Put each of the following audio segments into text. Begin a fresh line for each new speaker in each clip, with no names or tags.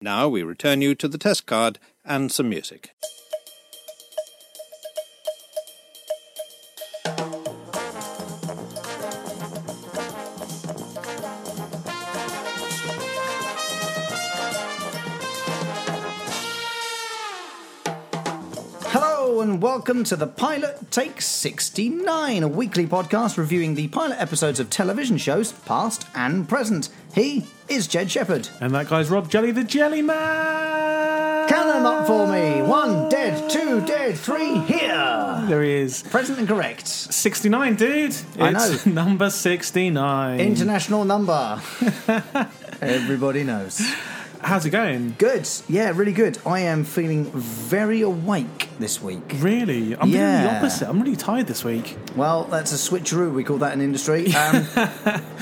Now we return you to the test card and some music.
Hello and welcome to the Pilot Take 69, a weekly podcast reviewing the pilot episodes of television shows, past and present. He is Jed Shepherd.
And that guy's Rob Jelly the Jelly Man!
Count them up for me. One dead, two dead, three here.
There he is.
Present and correct.
69, dude!
I
it's number 69.
International number. Everybody knows.
How's it going?
Good. Yeah, really good. I am feeling very awake this week.
Really? I'm doing the
Yeah.
opposite. I'm really tired this week.
Well, that's a switcheroo. We call that an industry. Um,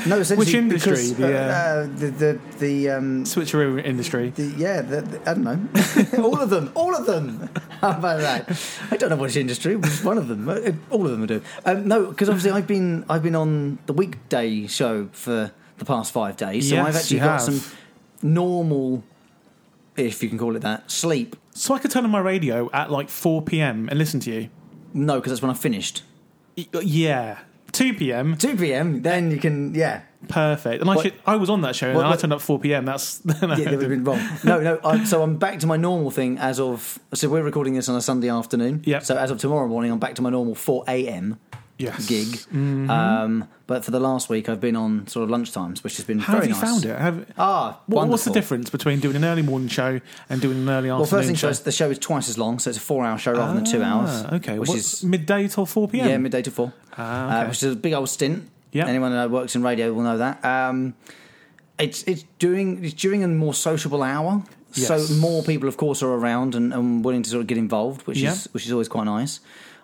no, essentially
Which industry?
Because,
The,
uh, uh, the the the um,
Switcheroo industry.
The- Yeah, the, the- I don't know. all of them, all of them. How about that? I don't know which industry, which one of them. Uh, All of them are doing. Um, no, because obviously I've been I've been on the weekday show for the past five days, so
Yes,
I've actually
you
got
have.
some normal, if you can call it that, sleep.
So I could turn on my radio at like 4 pm and listen to you.
No, because that's when I finished
Y- uh, Yeah. 2 pm,
two p.m. Then you can yeah.
perfect. And I
What-
should, I was on that show and
What-
I
what-
turned up 4 pm. That's.
Yeah, that would have been wrong. No, no. I, so I'm back to my normal thing as of. So we're recording this on a Sunday afternoon.
Yep.
So as of tomorrow morning, I'm back to my normal 4 a.m.
Yes.
gig.
Mm-hmm.
Um, but for the last week, I've been on sort of lunchtimes, which has been
How
very
have you
nice.
found it? Have,
Ah,
What- what's the
wonderful.
difference between doing an early morning show and doing an early afternoon
Well, first things
show?
first, the show is twice as long, so it's a four-hour show rather than two hours.
Ah, okay,
which
What-
is
midday till four p.m.
yeah, midday to four,
Ah,
uh,
okay.
which is a big old stint.
Yeah.
anyone that works in radio will know that. Um, it's it's doing it's during a more sociable hour,
Yes.
so more people, of course, are around and, and willing to sort of get involved, which
Yeah.
is which is always quite nice.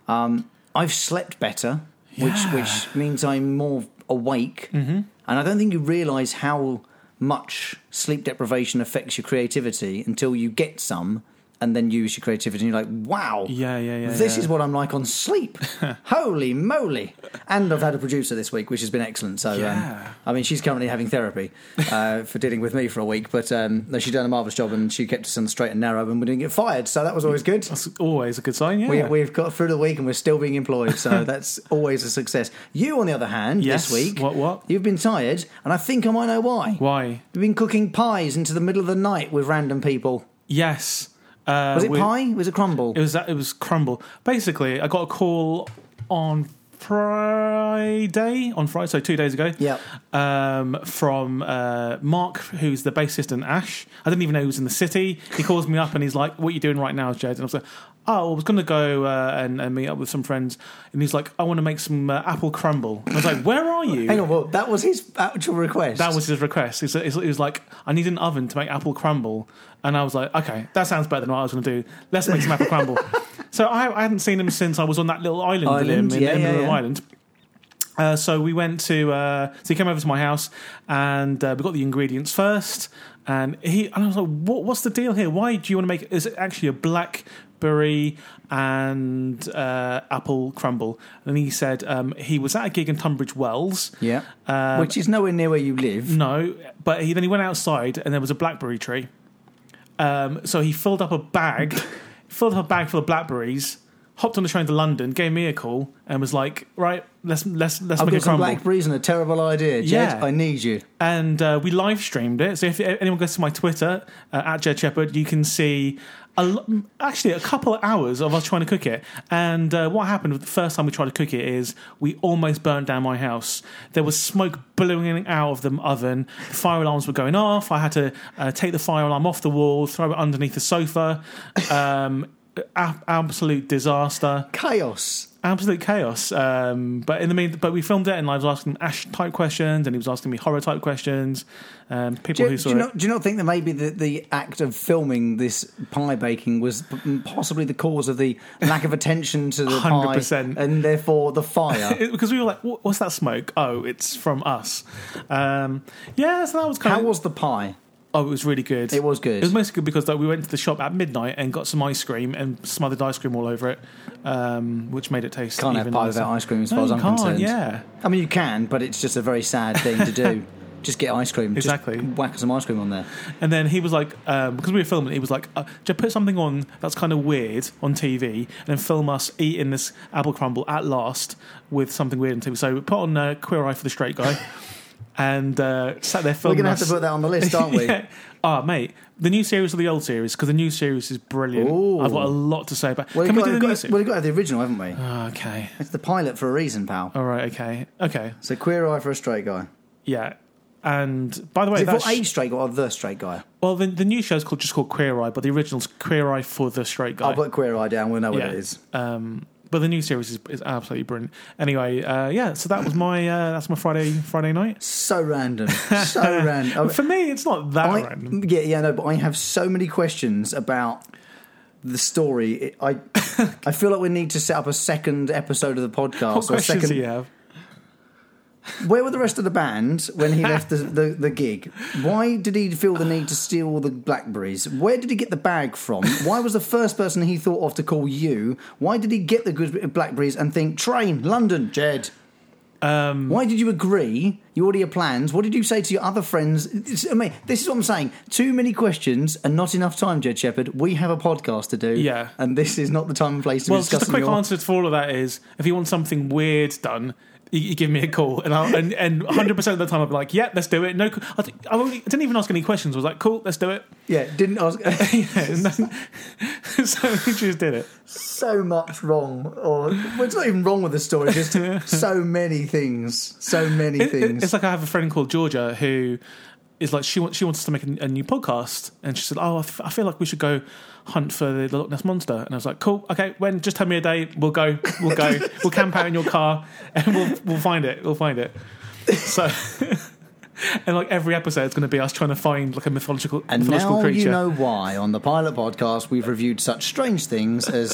Um, I've slept better,
Yeah.
which which means I'm more awake, mm-hmm. and I don't think you realise how much sleep deprivation affects your creativity until you get some. And then use your creativity, and you're like, "Wow,
Yeah, yeah, yeah,
This
yeah.
is what I'm like on sleep. Holy moly! And I've had a producer this week, which has been excellent. So,
Yeah.
um, I mean, she's currently having therapy uh, for dealing with me for a week, but um, no, she's done a marvelous job, and she kept us on the straight and narrow, and we didn't get fired. So that was always good.
That's always a good sign. Oh, Yeah,
We, we've got through the week, and we're still being employed. So that's always a success. You, on the other hand,
Yes.
this week,
What- what?
You've been tired, and I think I might know why.
why?
You've been cooking pies into the middle of the night with random people.
Yes. Uh,
Was it
we-
pie? Was it crumble?
It was that. It was crumble. Basically, I got a call on Friday, on Friday, so two days ago.
Yep.
Um, from uh, Mark, who's the bassist in Ash. I didn't even know he was in the city. He calls me up and he's like, "What are you doing right now, Jed?" And I was like, "Oh, I was going to go uh, and, and meet up with some friends." And he's like, "I want to make some uh, apple crumble." And I was like, "Where are you?"
Hang on, well, that was his actual request.
That was his request. He said- he was like, I need an oven to make apple crumble. And I was like, okay, that sounds better than what I was going to do. Let's make some apple crumble. So I, I hadn't seen him since I was on that little island, with him
Island,
in,
yeah,
in
yeah,
Little
yeah.
Island. Uh, so we went to, uh, so he came over to my house and uh, we got the ingredients first. And he, and I was like, what, what's the deal here? Why do you want to make, is it actually a blackberry and uh, apple crumble? And he said um, he was at a gig in Tunbridge Wells.
Yeah.
Um,
Which is nowhere near where you live.
No, but he then he went outside and there was a blackberry tree. Um, so he filled up a bag, filled up a bag full of blackberries, hopped on the train to London, gave me a call, and was like, "Right, let's let's let's
I've
make
got
a
some
crumble."
blackberries and a terrible idea, Jed.
Yeah.
I need you.
and uh, we live streamed it. So if anyone goes to my Twitter uh, at Jed Shepherd, you can see a lo- actually a couple of hours of us trying to cook it. And uh, what happened the first time we tried to cook it is we almost burnt down my house. There was smoke billowing out of the oven. Fire alarms were going off. I had to uh, take the fire alarm off the wall, throw it underneath the sofa. Um, a- absolute disaster
Chaos.
absolute chaos. Um, but in the mean, but we filmed it, and I was asking Ash type questions, and he was asking me horror type questions. Um, people
Do
who
you, do
saw
you
it.
not, do you not think that maybe the, the act of filming this pie baking was p- possibly the cause of the lack of attention to the pie
100%.
and therefore the fire?
It- because we were like, "Wha- "What's that smoke? Oh, it's from us." Um, yeah, so that was kind
How
of.
was the pie?
oh, it was really good.
It was good.
It was mostly good because like, we went to the shop at midnight and got some ice cream and smothered ice cream all over it, um, which made it taste.
Can't have
even
pie
nicer.
without ice cream as
No,
far as
you
I'm
can't,
concerned.
Yeah,
I mean, you can, but it's just a very sad thing to do. Just get ice cream. Just
Exactly.
whack some ice cream on there.
And then he was like, um, because we were filming, he was like, uh, just put something on that's kind of weird on TV and then film us eating this apple crumble at last with something weird on TV. So we put on uh, Queer Eye for the Straight Guy and uh, sat there
We're
filming
going to have
us.
to put that on the list, aren't we?
Yeah. Ah, mate, the new series or the old series? Because the new series is brilliant.
Ooh.
I've got a lot to say about.
Well,
Can we
we've
do the
got,
new
well,
series?
we've got to have the original, haven't we?
Ah, okay.
It's the pilot for a reason, pal.
All right. Okay. Okay.
So queer eye for a straight guy.
Yeah. And by the way,
Is it
that's
for a straight guy or the straight guy?
well, the, the new show's called just called Queer Eye, but the original's Queer Eye for the Straight Guy.
I'll put queer eye down. We'll know what it is.
Um, but the new series is, is absolutely brilliant. Anyway, uh, yeah. So that was my uh, that's my Friday Friday night.
So random. So random. I-
For me, it's not that
Oh, I-
random.
Yeah, yeah, no, but I have so many questions about the story. It, I I feel like we need to set up a second episode of the podcast.
What
or a
questions
second,
do you have?
Where were the rest of the band when he left the, the, the gig? Why did he feel the need to steal the blackberries? Where did he get the bag from? Why was the first person he thought of to call you? Why did he get the good blackberries and think, train, London, Jed? Um, Why did you agree? You already had plans. What did you say to your other friends? It's- I mean, this is what I'm saying. Too many questions and not enough time, Jed Shepherd. We have a podcast to do.
Yeah.
And this is not the time and place to
Well,
discuss
just a quick
your...
answer to all of that is if you want something weird done. You you give me a call, and I'll, and and 100 percent of the time I'll be like, "Yeah, let's do it." No, I, think, I only- didn't even ask any questions. I was like, "Cool, let's do it."
Yeah, didn't ask.
Yeah, no- so we just did it.
so much wrong, or well, it's not even wrong with the story. Just so many things, so many
It- it-
things.
It's like I have a friend called Georgia who is like she wants she wants us to make a, a new podcast, and she said, "Oh, I, f- I feel like we should go hunt for the, the Loch Ness monster." And I was like, "Cool, okay, when just tell me a day, we'll go, we'll go, we'll camp out in your car, and we'll we'll find it, we'll find it." So. And like every episode, it's going to be us trying to find like a mythological
and
mythological
now
creature.
you know why. On the pilot podcast, we've reviewed such strange things as.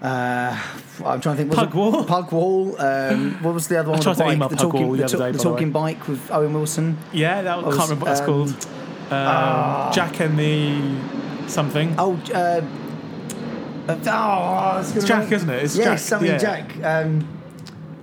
Uh, I'm trying to think.
Pug Wall?
Pug wall. Um, what was the other one? with
tried
the
to
bike?
email
the
Pug
talking,
Wall the other
ta-
day, by the
talking bike with Owen Wilson.
yeah, that, I
was,
can't remember what that's
um, ah.
called. Um, Jack and the something.
Oh, uh, uh, oh, it's
It's Jack, isn't it? It's
yes,
Jack,
something
yeah.
Jack. Um,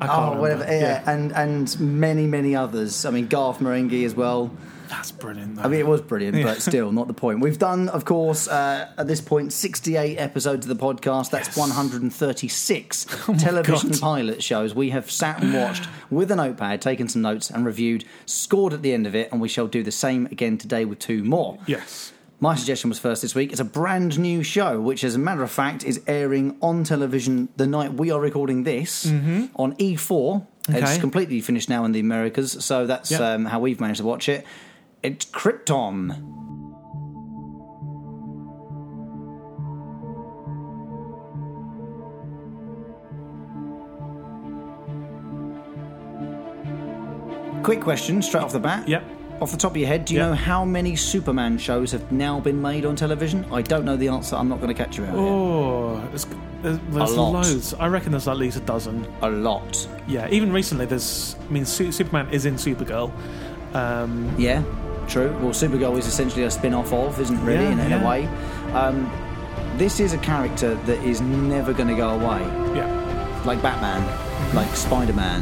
I can't
oh,
remember.
whatever. Yeah, and and many many others. I mean, Garth Marenghi as well.
that's brilliant. Though.
I mean, it was brilliant,
Yeah.
but still not the point. We've done, of course, uh, at this point, 68 episodes of the podcast. That's 136 television
Oh God.
pilot shows. We have sat and watched with a notepad, taken some notes, and reviewed, scored at the end of it, and we shall do the same again today with two more.
yes.
My suggestion was first this week. It's a brand new show, which, as a matter of fact, is airing on television the night we are recording this on E4. It's
Mm-hmm. Okay.
completely finished now in the Americas, so that's
Yep.
um, how we've managed to watch it. It's Krypton. Quick question straight off the bat.
Yep.
Off the top of your head, do you
Yep.
know how many Superman shows have now been made on television? I don't know the answer. I'm not going to catch you out here.
Oh, it's, there's, there's
lot.
loads. I reckon there's at least a dozen.
A lot.
Yeah, even recently, there's. I mean, Su- Superman is in Supergirl. Um,
Yeah, true. Well, Supergirl is essentially a spin off of, isn't it, really,
Yeah,
in, in a
yeah.
way? Um, this is a character that is never going to go away.
yeah,
Like Batman, like Spider Man,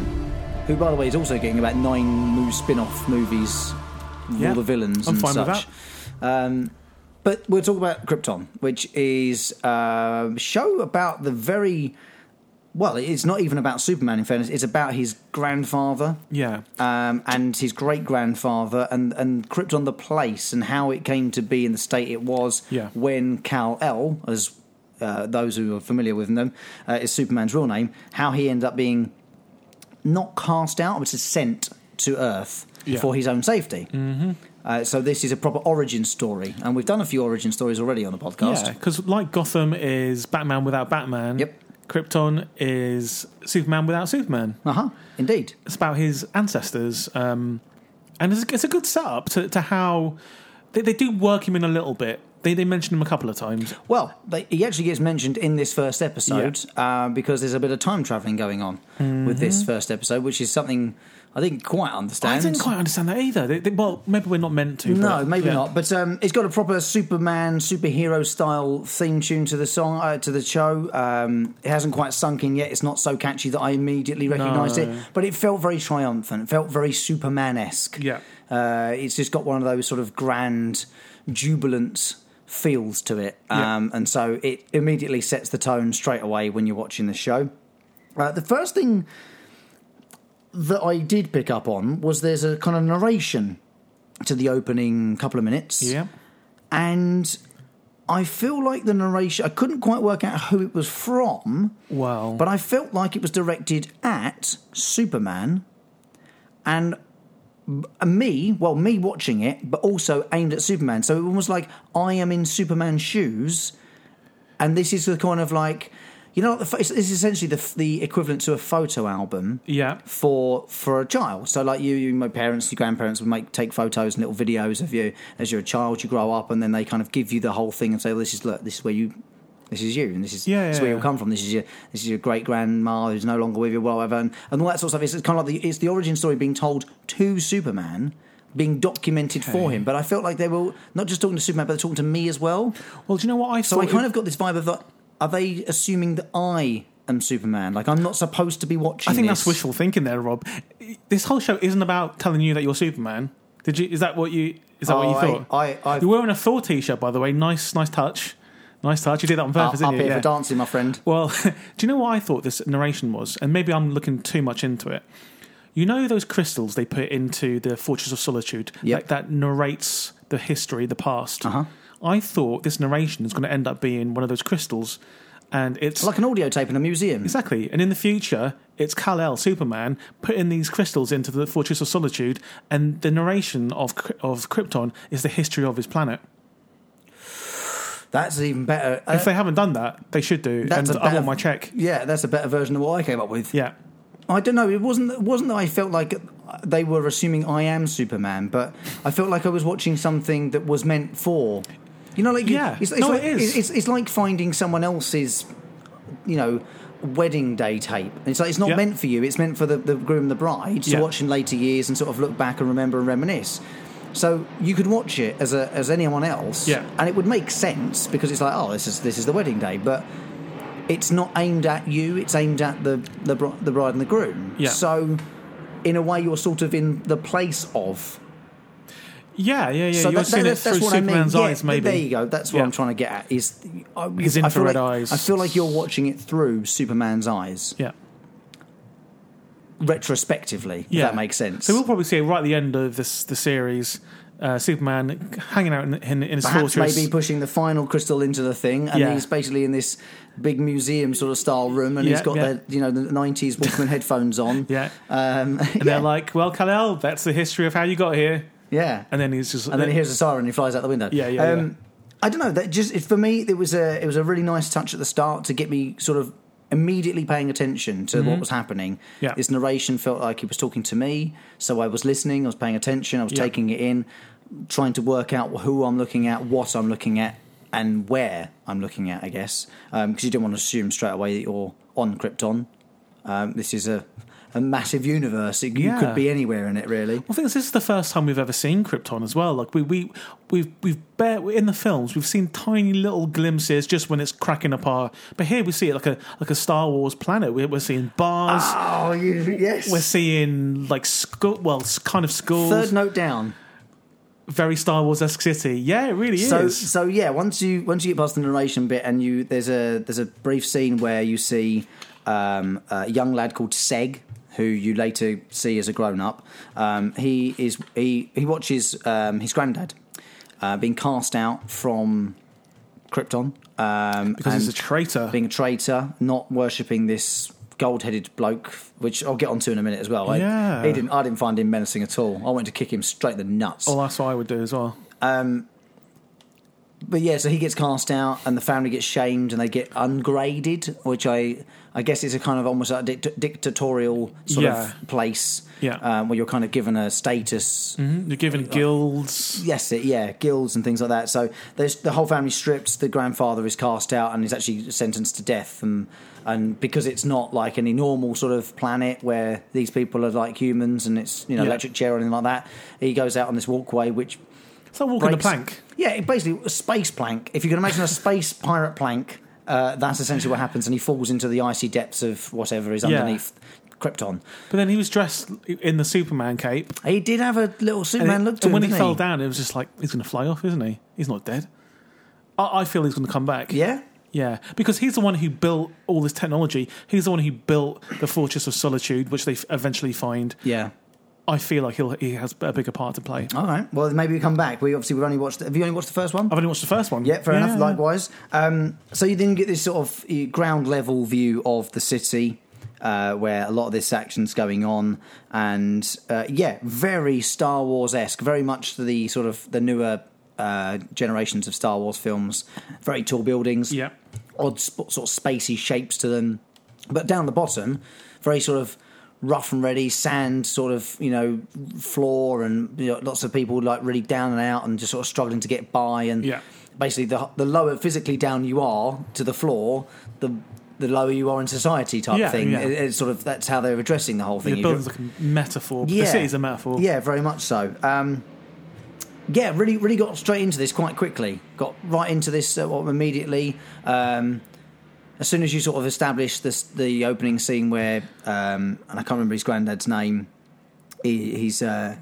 who, by the way, is also getting about nine mo- spin off movies,
Yeah,
all the villains
I'm
and
fine with
such. Um, but we'll talk about Krypton, which is a show about the very. Well, it's not even about Superman, in fairness. It's about his grandfather
yeah.
um, and his great grandfather, and and Krypton the place, and how it came to be in the state it was
Yeah.
when Kal El, as uh, those who are familiar with them, uh, is Superman's real name. How he ended up being not cast out, but is sent to Earth
Yeah.
for his own safety. Mm-hmm. Uh, so this is a proper origin story, and we've done a few origin stories already on the podcast.
Yeah, because like Gotham is Batman without Batman.
Yep.
Krypton is Superman without Superman.
Uh huh. Indeed.
It's about his ancestors, um, and it's, it's a good setup to, to how they, they do work him in a little bit. They they mention him a couple of times.
Well, they, he actually gets mentioned in this first episode uh, because there's a bit of time traveling going on with this first episode, which is something I didn't quite understand.
Mm-hmm. I didn't quite understand that either. They- they- well, maybe we're not meant to.
No,
but-
maybe
yeah.
not. But um, it's got a proper Superman superhero style theme tune to the song uh, to the show. Um, it hasn't quite sunk in yet. It's not so catchy that I immediately recognised
No.
it, but it felt very triumphant. It felt very Superman esque.
Yeah.
uh, it's just got one of those sort of grand, jubilant feels to it,
Yeah.
um, and so it immediately sets the tone straight away when you're watching the show. Uh, the first thing that I did pick up on was there's a kind of narration to the opening couple of minutes.
Yeah.
And I feel like the narration, I couldn't quite work out who it was from,
Well.
but I felt like it was directed at Superman and b- me, well, me watching it, but also aimed at Superman. So it was like I am in Superman's shoes, and this is the kind of like, you know, the pho- it's it's essentially the, f- the equivalent to a photo album
yeah.
for for a child. So like you, you my parents, your grandparents would make take photos and little videos of you as you're a child. You grow up, and then they kind of give you the whole thing and say, well, "This is look, this is where you." This is you, and this is,
Yeah,
this is
yeah,
where
yeah.
you'll come from. This is your this is your great grandma who's no longer with you, whatever, and, and all that sort of stuff. It's, it's kind of like the, it's the origin story being told to Superman, being documented for him. But I felt like they were not just talking to Superman, but they're talking to me as well.
Well, do you know what I
So I
thought?
kind of got this vibe of like, are they assuming that I am Superman? Like I'm not supposed to be watching.
I think
this.
that's wishful thinking there, Rob. This whole show isn't about telling you that you're Superman. Did you? Is that what you? Is that
Oh,
what
I-
you thought?
I- I've-
You're wearing a Thor t-shirt, by the way. Nice, nice touch. Nice touch. You did that on purpose,
up, up
didn't you?
here
Yeah.
for dancing, my friend.
Well, do you know what I thought this narration was? And maybe I'm looking too much into it. You know those crystals they put into the Fortress of Solitude
Yep.
that, that narrates the history, the past. Uh-huh. I thought this narration is going to end up being one of those crystals, and it's
Like an audio tape in a museum.
exactly. And in the future, it's Kal El, Superman, putting these crystals into the Fortress of Solitude, and the narration of Kry- of Krypton is the history of his planet.
That's even better. Uh,
If they haven't done that, they should do.
that's
And
a
I
better-
want my check.
yeah, that's a better version of what I came up with.
Yeah.
I don't know. It wasn't it wasn't that I felt like they were assuming I am Superman, but I felt like I was watching something that was meant for. You know, like you-
Yeah.
it's, it's
No,
like,
it is.
It's, it's like finding someone else's, you know, wedding day tape. It's like it's not
Yeah.
meant for you. It's meant for the, the groom and the bride to
Yeah.
watch in later years and sort of look back and remember and reminisce. So you could watch it as a, as anyone else,
Yeah.
and it would make sense because it's like, oh, this is this is the wedding day, but it's not aimed at you. It's aimed at the the, bri- the bride and the groom.
Yeah.
So, in a way, you're sort of in the place of.
Yeah, yeah, yeah.
so
You're
that-
seeing
that-
it through Superman's
Yeah,
eyes,
th-
maybe.
There you go. That's what
Yeah.
I'm trying to get at. Is I,
His
I feel
infrared
like,
eyes.
I feel like you're watching it through Superman's eyes
Yeah.
retrospectively.
Yeah.
If that makes sense.
So we'll probably see right at the end of this the series, uh, Superman hanging out in, in, in his
Perhaps
fortress.
maybe pushing the final crystal into the thing, and
Yeah.
he's basically in this big museum sort of style room, and he's
Yeah,
got
yeah.
the you know the '90s Walkman headphones on.
Yeah.
Um,
and they're like, "Well, Kal-El, that's the history of how you got here."
yeah.
And then he's just,
and then he hears a siren and he flies out the window. Um,
Yeah, yeah, yeah.
I don't know. That just it, for me, it was a it was a really nice touch at the start to get me sort of immediately paying attention to what was happening.
Mm-hmm. Yeah.
This narration felt like he was talking to me, so I was listening, I was paying attention, I was
Yeah.
taking it in, trying to work out who I'm looking at, what I'm looking at, and where I'm looking at. I guess because you don't want to assume straight away that you're on Krypton. Um, this is a a massive universe. It, You
Yeah.
could be anywhere in it, really.
I think this is the first time we've ever seen Krypton as well. Like we we we've we've bare, in the films we've seen tiny little glimpses just when it's cracking apart. But here we see it like a like a Star Wars planet. We're, we're seeing bars.
Oh, you, yes.
We're seeing like school, well, s- kind of schools.
Third note down.
very Star Wars esque city. Yeah, it really
So
is.
so yeah, once you once you get past the narration bit and you there's a there's a brief scene where you see um, a young lad called Seg, who you later see as a grown up. Um, he is he he watches um, his granddad uh, being cast out from Krypton um,
Because he's
and
a traitor.
being a traitor, not worshipping this gold-headed bloke, which I'll get onto in a minute as well. I,
Yeah.
he didn't. I didn't find him
Oh,
menacing at all. I wanted to kick him straight in the nuts.
Well, that's what I would do as well.
but yeah, so he gets cast out, and the family gets shamed, and they get ungraded, which I I guess is a kind of almost a dict- dictatorial sort
Yeah.
of place,
Yeah. Mm-hmm.
um, where you're kind of given a status.
You're given guilds.
Yes, it, yeah, guilds and things like that. So there's the whole family stripped. The grandfather is cast out and is actually sentenced to death. And and because it's not like any normal sort of planet where these people are like humans and it's you know
Yeah.
electric chair or anything like that, he goes out on this walkway which
It's like walking the
breaks-
plank.
Yeah, it basically a space plank. If you can imagine a space pirate plank, uh, that's essentially what happens, and he falls into the icy depths of whatever is
Yeah.
underneath Krypton.
But then he was dressed in the Superman cape.
He did have a little
And,
Superman
it-
look to
and
him.
when he,
didn't
fell down, it was just like, he's going to fly off, isn't he? He's not dead. I, I feel he's going to come back.
yeah,
Yeah, because he's the one who built all this technology. He's the one who built the Fortress of Solitude, which they f- eventually find.
yeah.
I feel like he'll, he has a bigger part to play.
All right. Well, maybe we come back. We obviously we've only watched. Have you only watched the first one?
I've only watched the first one.
Yeah, fair
Yeah.
enough. Likewise. Um, so you then get this sort of uh, ground level view of the city uh, where a lot of this action's going on, and uh, yeah, very Star Wars esque, very much the sort of the newer. Uh, generations of Star Wars films, very tall buildings,
Yeah.
odd sp- sort of spacey shapes to them, but down the bottom, very sort of rough and ready sand sort of you know floor, and you know, lots of people like really down and out and just sort of struggling to get by, and
Yeah.
basically the the lower physically down you are to the floor, the the lower you are in society type
Yeah,
thing.
yeah.
It- it's sort of that's how they're addressing the whole thing.
The
You
building's
go-
like a metaphor. The city's a metaphor.
Yeah, very much so. Um, yeah, really, really got straight into this quite quickly. Got right into this uh, well, immediately. Um, as soon as you sort of establish this, the opening scene where, um, and I can't remember his granddad's name, he, he's uh,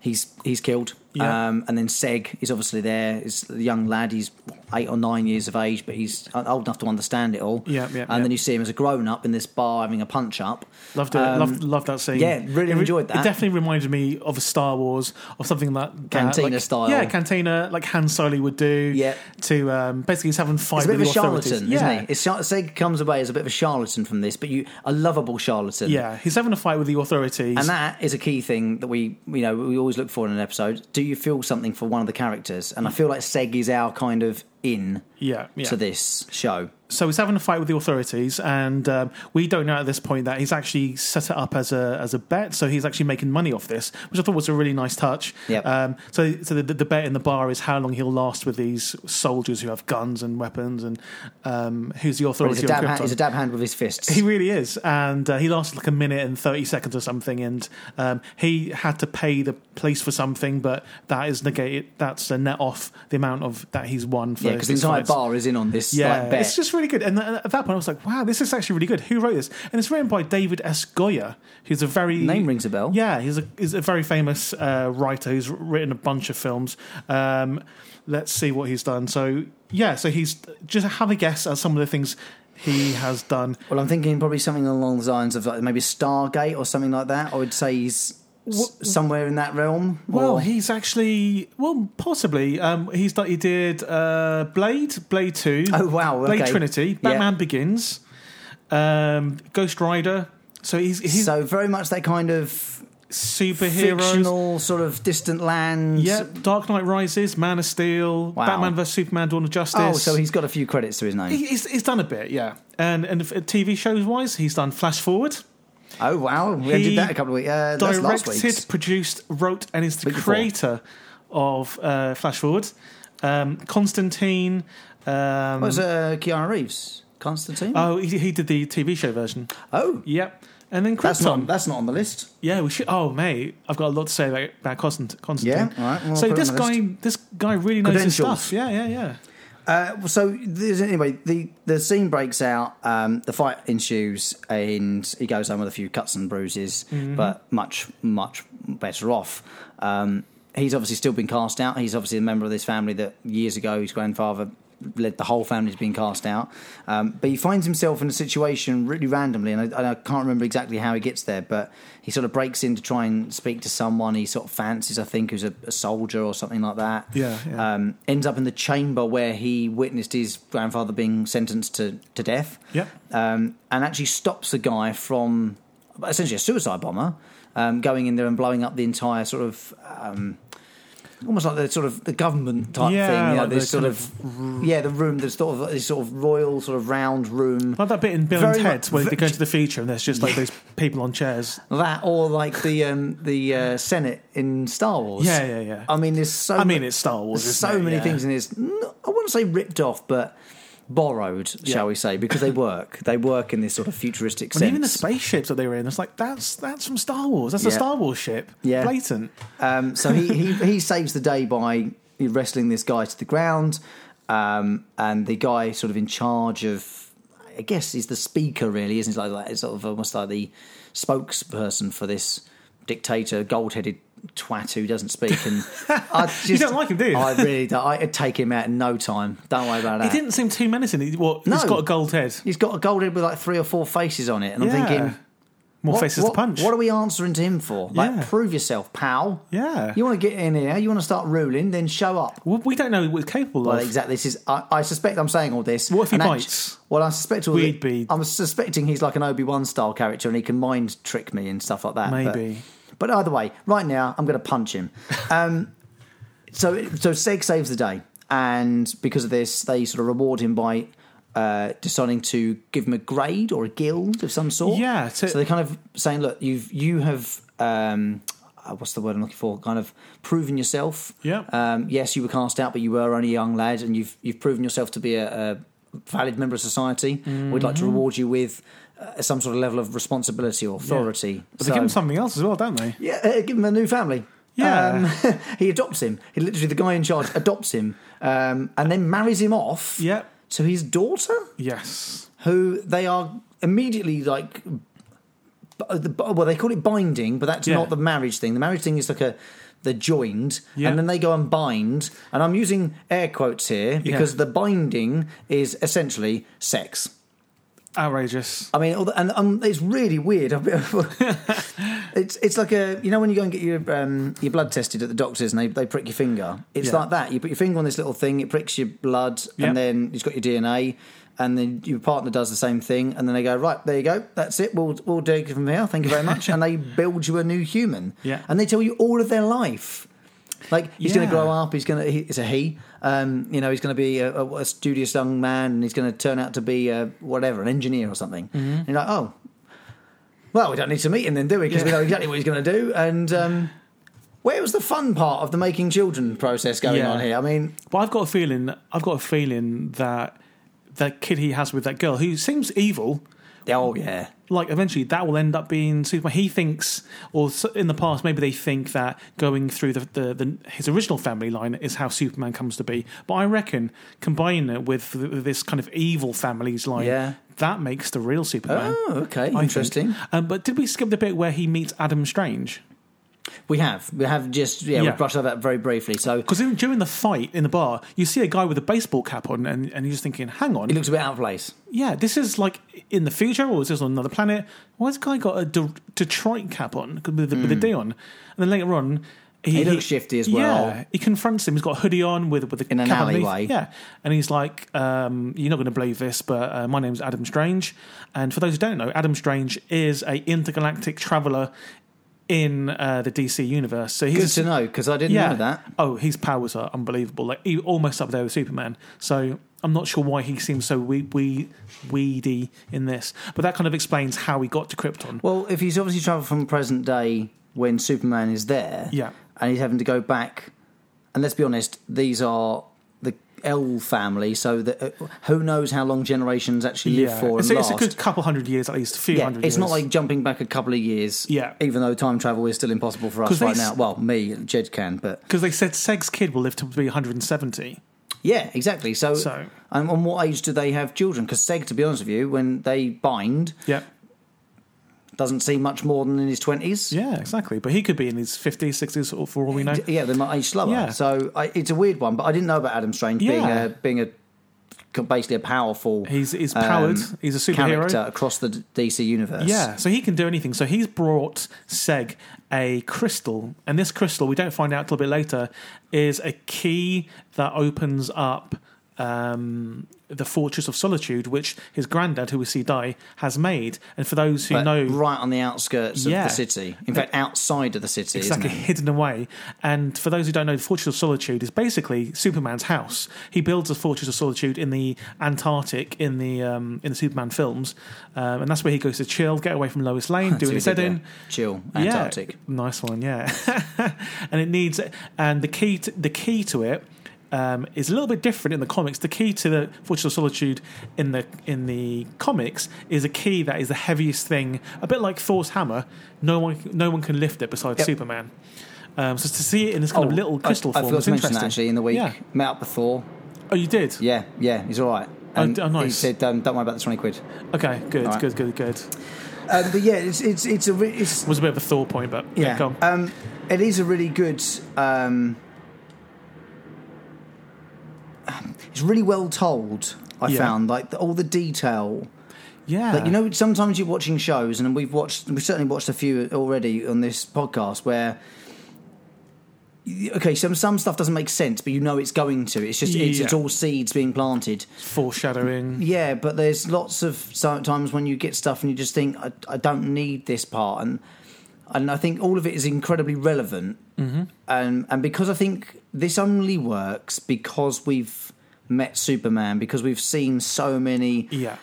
he's he's killed.
Yeah.
Um, and then Seg is obviously there. It's a young lad. He's eight or nine years of age, but he's old enough to understand it all.
Yeah, yeah,
And then
yeah.
you see him as a grown up in this bar having a punch up.
Loved it.
Um,
loved, loved that scene.
yeah, really
It re-
enjoyed that.
It definitely reminded me of Star Wars, of something like that,
Cantina
like-
style.
Yeah, Cantina, like Han Solo would do.
Yeah.
To um, basically, he's having fight
He's a bit
with
of a
the authorities.
charlatan,
yeah.
isn't he? It's, char- Seg comes away as a bit of a charlatan from this, but you a lovable charlatan.
Yeah, he's having a fight with the authorities.
And that is a key thing that we, you know, we always look for in an episode. Do you feel something for one of the characters? And I feel like Seg is our kind of in
yeah, yeah.
to this show.
so he's having a fight with the authorities, and um, we don't know at this point that he's actually set it up as a as a bet. So he's actually making money off this, which I thought was a really nice touch.
Yep.
Um, so so the, the bet in the bar is how long he'll last with these soldiers who have guns and weapons, and um, who's the
He's
authority
a, dab
on
hand, he's a
Krypton.
dab hand with his fists.
He really is, and uh, he lasted like a minute and thirty seconds or something, and um, he had to pay the police for something, but that is negated. That's a net off the amount of that he's won for
yeah, because the
his
entire
fights.
bar is in on this
Yeah,
like, bet.
it's just really good. And th- at that point, I was like, wow, this is actually really good. Who wrote this? And it's written by David S. Goya, who's a very
Name rings a bell.
Yeah, he's a he's a very famous uh, writer who's written a bunch of films. Um, let's see what he's done. So yeah, so he's just have a guess at some of the things he has done.
Well, I'm thinking probably something along the lines of like maybe Stargate or something like that. I would say he's s- somewhere in that realm.
Well,
or-
he's actually well, possibly. Um, he's done, he did uh, Blade, Blade Two.
Oh, wow,
Blade
okay.
Trinity,
Yeah.
Batman Begins, um, Ghost Rider. So he's he's
so very much that kind of
superheroes.
fictional sort of distant lands.
Yeah, Dark Knight Rises, Man of Steel,
Wow.
Batman vs Superman: Dawn of Justice.
Oh, so he's got a few credits to his name.
He- he's, he's done a bit, yeah. And and if- TV shows wise, he's done Flash Forward,
Oh wow, we did that a couple of weeks. Uh, that's last
directed,
week.
produced, wrote, and is the
Week before.
creator of uh, Flash Forward. Um, Constantine. Um,
Was uh, Keanu Reeves, Constantine?
oh, he, he did the TV show version.
oh,
Yep. And then
that's
Krypton.
not that's not on the list.
Yeah, we should. Oh, mate, I've got a lot to say about, about Constant- Constantine.
Yeah, all right, we'll
so
put it
this
on the
guy, this guy really knows his
Credentials.
stuff. Yeah, yeah, yeah.
Uh, so there's, anyway, the the scene breaks out, um, the fight ensues, and he goes home with a few cuts and bruises, but much much better off. Um, he's obviously still been cast out. He's obviously a member of this family that years ago his grandfather led the whole family's been cast out. Um, but he finds himself in a situation really randomly, and I, and I can't remember exactly how he gets there. But he sort of breaks in to try and speak to someone he sort of fancies, I think, who's a, a soldier or something like that
Yeah, yeah.
um, ends up in the chamber where he witnessed his grandfather being sentenced to, to death.
Yep.
Um, and actually stops a guy from essentially a suicide bomber um, going in there and blowing up the entire sort of. Um, almost like the sort of the government type
Yeah,
thing. You know,
like
this
the
sort of yeah, the room, the sort of this sort of royal, sort of round room.
Like that bit in Bill
Very
and Ted
much-
where they go into the future and there's just like those people on chairs.
That or like the um, the uh, Senate in Star Wars.
Yeah, yeah, yeah.
I mean, there's so.
I mean,
mu-
it's Star Wars.
there's
isn't
so
it?
many
Yeah.
things in this. n- I wouldn't say ripped off, but borrowed, shall we say, because they work. they work in this sort of futuristic
And
sense.
even the spaceships that they were in, it's like that's that's from Star Wars. That's a
Yeah.
Star Wars ship.
Yeah.
Blatant.
Um, so he, he he saves the day by wrestling this guy to the ground, um, and the guy sort of in charge of, I guess, he's the speaker really, isn't he? Like, like sort of almost like the spokesperson for this dictator, gold-headed twat who doesn't speak. And I just,
don't like him, do you?
I really don't. I'd take him out in no time. Don't worry about
He
that.
didn't seem too menacing. He, well, he's
No.
got a gold head.
He's got a gold head with like three or four faces on it, and I'm
Yeah.
thinking.
More
What-
faces
what,
to punch.
What are we answering to him for? Like,
Yeah.
prove yourself, pal.
Yeah.
You want to get in here? You want to start ruling? Then show up.
Well, we don't know what he's capable
Well,
of.
exactly. This is. I, I suspect I'm saying all this.
What if he
and actu-
bites?
well, I suspect all
We'd
the-
be-
I'm suspecting he's like an Obi Wan style character, and he can mind trick me and stuff like that. but-
Maybe.
But, either way, right now I'm going to punch him. Um, so so Seg saves the day, and because of this, they sort of reward him by. Uh, deciding to give him a grade or a guild of some sort.
Yeah, to-
so they're kind of saying, "Look, you've you have um, uh, what's the word I'm looking for? Kind of proven yourself.
Yeah.
Um, yes, you were cast out, but you were only a young lad, and you've you've proven yourself to be a, a valid member of society.
Mm-hmm.
We'd like to reward you with uh, some sort of level of responsibility or authority.
But
So-
they give him something else as well, don't they?
yeah, uh, give him a new family.
Yeah.
Um, he adopts him. He literally the guy in charge adopts him, um, and then marries him off
Yep.
to his daughter
Yes.
who they are immediately like b- the- well they call it binding but that's
Yeah.
not the marriage thing the marriage thing is like a they're joined
Yeah.
and then they go and bind and i'm using air quotes here because the binding is essentially sex
Outrageous.
I mean, all the- and um, it's really weird. I've been- it's it's like a you know when you go and get your um, your blood tested at the doctors and they, they prick your finger. It's
Yeah.
like that. You put your finger on this little thing, it pricks your blood,
Yep.
and then it's got your DNA. And then your partner does the same thing, and then they go right there. You go. That's it. We'll we'll take it from here. Thank you very much. and they build you a new human.
Yeah.
And they tell you all of their life. Like he's going
Yeah.
to grow up. He's going to. He, it's a he. Um, you know, he's going to be a, a, a studious young man, and he's going to turn out to be a, whatever, an engineer or something. And you're like, oh, well, we don't need to meet him then, do we? Because we know exactly what he's going to do. And um, where was the fun part of the making children process going
Yeah.
on here? I mean,
But I've got a feeling. I've got a feeling that that kid he has with that girl, who seems evil,
oh yeah,
like eventually that will end up being Superman. He thinks, or s- in the past, maybe they think that going through the, the, the his original family line is how Superman comes to be. But I reckon combining it with th- this kind of evil family's line,
Yeah.
that makes the real Superman.
oh okay,
I think.
interesting.
Um, but did we skip the bit where he meets Adam Strange?
We have we have just yeah,
Yeah.
we brushed over that very briefly. So
Because during the fight in the bar, you see a guy with a baseball cap on, and, and you're just thinking, hang on,
it looks a bit out of place.
yeah, this is like in the future, or is this on another planet? Why has the guy got a De- Detroit cap on with the, with the D on? And then later on,
Hmm. He looks shifty as well.
Yeah, he confronts him. He's got a hoodie on with with a
In an
cap underneath.
alleyway.
Yeah, and he's like, um, "You're not going to believe this, but uh, my name's Adam Strange." And for those who don't know, Adam Strange is a intergalactic traveler in uh, the DC universe. So he's
Good to know because I didn't know that.
Oh, his powers are unbelievable. Like he almost up there with Superman. So I'm not sure why he seems so wee, wee, weedy in this, but that kind of explains how he got to Krypton.
Well, if he's obviously travelled from present day when Superman is there,
Yeah.
and he's having to go back, and let's be honest, these are the L family, so that who knows how long generations actually live for and
it's, a- it's
last.
a good couple hundred years at least, a few
yeah,
hundred.
it's
years.
not like jumping back a couple of years.
Yeah.
even though time travel is still impossible for
'Cause
us
they
right
s-
now. Well, me, Jed can, but
because they said Seg's kid will live to be 170.
yeah, exactly. So,
So-
and on what age do they have children? Because Seg, to be honest with you, when they bind,
Yeah,
doesn't see much more than in his twenties.
yeah, exactly. But he could be in his 50s, 60s, or for all we know.
D- Yeah, they might age slower.
Yeah.
So I, it's a weird one, but I didn't know about Adam Strange
Yeah.
being a being a basically a powerful. um,
He's- he's powered. He's a superhero.
character across the d- DC universe.
Yeah, so he can do anything. So he's brought Seg a crystal, and this crystal we don't find out till a bit later is a key that opens up um, the Fortress of Solitude, which his granddad, who we see die, has made. And for those who
But
know,
right on the outskirts
Yeah.
of the city. In fact, outside of the city,
exactly
isn't it?
hidden away. And for those who don't know, the Fortress of Solitude is basically Superman's house. He builds a Fortress of Solitude in the Antarctic in the um, in the Superman films, um, and that's where he goes to chill, get away from Lois Lane,
That's
doing his
what
head
he did
in.
there. Chill, Antarctic.
Yeah, nice one, yeah. and it needs and the key to, the key to it um, is a little bit different in the comics. The key to the Fortress of Solitude in the in the comics is a key that is the heaviest thing, a bit like Thor's hammer. No one no one can lift it besides
Yep.
Superman. Um, so to see it in this kind of little crystal
Oh, I,
form
I forgot
was
to mention that
interesting.
actually in the week.
Yeah.
Met up with Thor.
Oh, you did?
Yeah, yeah, he's all right.
Oh,
And
d- oh,
He
nice.
said, um, "Don't worry about the twenty quid."
Okay, good,
Alright.
good, good, good.
Um, but yeah, it's it's it's a re- it's
Was a bit of a Thor point, but yeah,
yeah.
go on.
Um, it is a really good. Um, it's really well told. I
Yeah. Uh.
found like the, all the detail.
yeah.
Like you know, sometimes you're watching shows, and we've watched, we've certainly watched a few already on this podcast where. Okay, some some stuff doesn't make sense, but you know it's going to. It's just it's,
Yeah.
it's all seeds being planted.
foreshadowing.
Yeah, but there's lots of so- times when you get stuff and you just think, I, I don't need this part, and and I think all of it is incredibly relevant, mm-hmm. and and because I think this only works because we've met Superman, because we've seen so many
Yeah.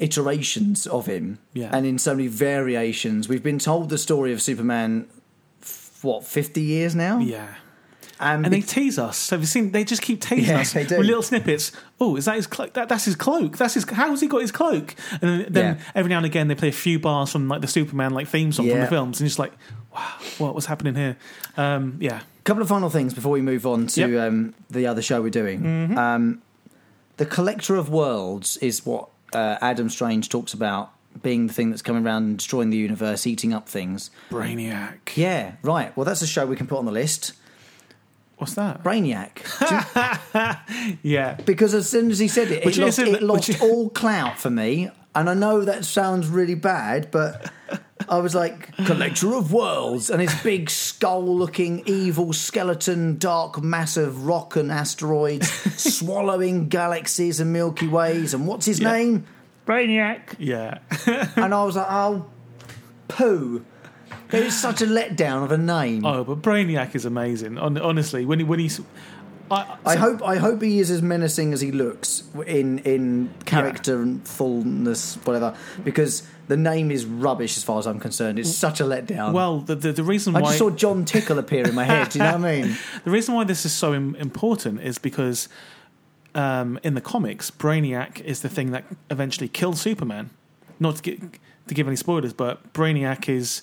iterations of him,
Yeah.
and in so many variations. We've been told the story of Superman, f- what fifty years now,
Yeah.
and,
and they
be-
tease us. Have you seen? They just keep teasing
Yeah,
us
they do.
with little snippets. Oh, is that his cloak? That, that's his cloak. That's his. How's he got his cloak? And then, then
Yeah.
every now and again they play a few bars from like the Superman like theme song from
Yeah.
the films, and just like, wow, what was happening here? Um, yeah,
couple of final things before we move on to
Yep.
um, the other show we're doing. Um, the Collector of Worlds is what uh, Adam Strange talks about being the thing that's coming around and destroying the universe, eating up things.
Brainiac.
Yeah, right. Well, that's a show we can put on the list.
What's that?
Brainiac. Do you-
Yeah,
because as soon as he said it,
Which
it lost,
isn't-
it lost
which-
all clout for me. And I know that sounds really bad, but I was like, Collector of Worlds, and his big skull looking evil skeleton, dark mass of rock and asteroids swallowing galaxies and Milky Ways. And what's his
Yeah.
name?
Brainiac. Yeah,
And I was like, oh, poo. It was such a letdown of a name.
oh, but Brainiac is amazing. Hon- honestly, when he, when he's, I,
I hope I hope he is as menacing as he looks in in character and fullness, whatever. Because the name is rubbish as far as I'm concerned. It's such a letdown.
well, the the, the reason
I
why
just saw John Tickle appear in my head. do you know what I mean?
The reason why this is so im- important is because um, in the comics, Brainiac is the thing that eventually kills Superman. Not to, gi- to give any spoilers, but Brainiac is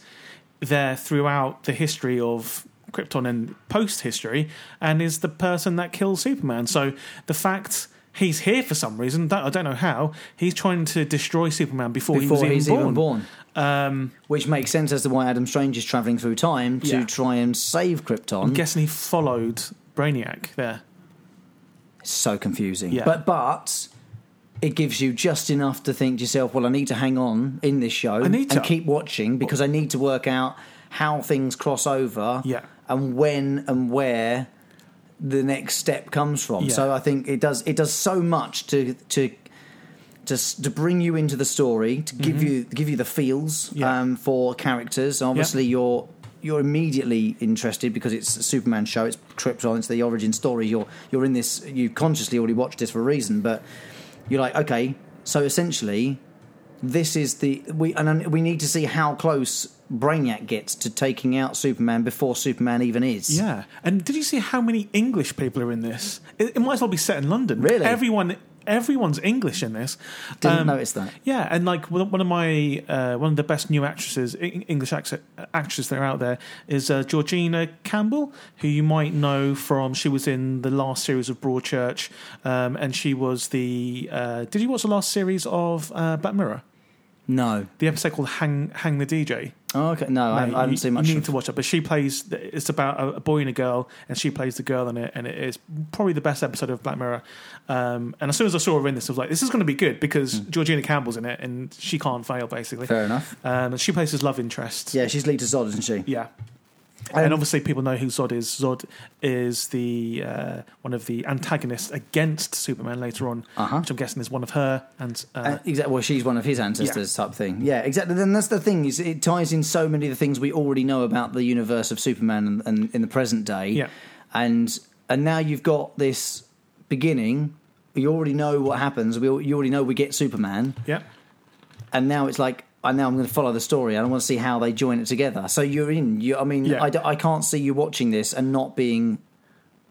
there throughout the history of Krypton and post history, and is the person that kills Superman. So the fact he's here for some reason, that, I don't know how, he's trying to destroy Superman before,
Before
he was
he's
even
even
born.
born,
Um,
which makes sense as to why Adam Strange is traveling through time to
Yeah.
try and save Krypton.
I'm guessing he followed Brainiac there.
so confusing.
Yeah.
But but it gives you just enough to think to yourself, well, I need to hang on in this show
I
and
need to.
keep watching because I need to work out how things cross over
Yeah.
and when and where the next step comes from.
Yeah.
So I think it does it does so much to to to, s- to bring you into the story, to give you give you the feels
Mm-hmm. Yeah.
um, for characters. Obviously, you're you're immediately interested because it's a Superman show. It's Krypton. It's the origin story. You're you're in this. You consciously already watched this for a reason, but you're like, okay, so essentially, this is the we and then we need to see how close Brainiac gets to taking out Superman before Superman even is.
Yeah, and did you see how many English people are in this? It, it might as well be set in London.
Really?
everyone, everyone's English in this.
Didn't
Um,
notice that.
Yeah, and like one one of my uh, one of the best new actresses, Eng- English acce- actresses that are out there is uh, Georgina Campbell, who you might know from she was in the last series of Broadchurch, um, and she was the. Uh, did you watch the last series of uh, Black Mirror?
No.
The episode called "Hang Hang the DJ."
Oh, okay. No, I,
No,
I haven't
you-
seen much.
You need
of-
to watch it. But she plays. It's about a, a boy and a girl, and she plays the girl in it, and it is probably the best episode of Black Mirror. Um, and as soon as I saw her in this, I was like, "This is going to be good" because Georgina Campbell's in it, and she can't fail basically.
Mm. Fair enough.
Um, and she plays his love interest.
Yeah, she's Lita Zod, isn't she?
Yeah. and obviously, people know who Zod is. Zod is the uh, one of the antagonists against Superman later on,
Uh-huh.
which I'm guessing is one of her and uh,
Uh, exactly. Well, she's one of his ancestors, type thing. Yeah, exactly. Then that's the thing is it ties in so many of the things we already know about the universe of Superman and, and in the present day.
Yeah.
and and now you've got this beginning. You already know what happens. We al- you already know we get Superman,
yeah,
and now it's like. And now I'm going to follow the story, and I want to see how they join it together. So you're in. You, I mean,
Yeah.
I, d- I can't see you watching this and not being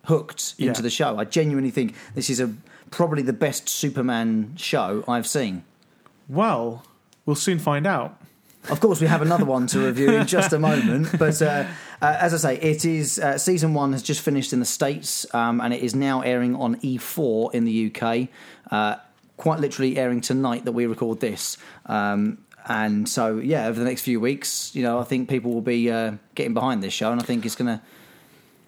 hooked
Yeah.
into the show. I genuinely think this is a probably the best Superman show I've seen.
well, we'll soon find out.
Of course, we have another one to review in just a moment. But uh, uh, as I say, it is uh, season one has just finished in the states, um, and it is now airing on E4 in the UK. Uh, quite literally airing tonight that we record this. Um, and so, yeah, over the next few weeks, you know, I think people will be uh, getting behind this show, and I think it's going to.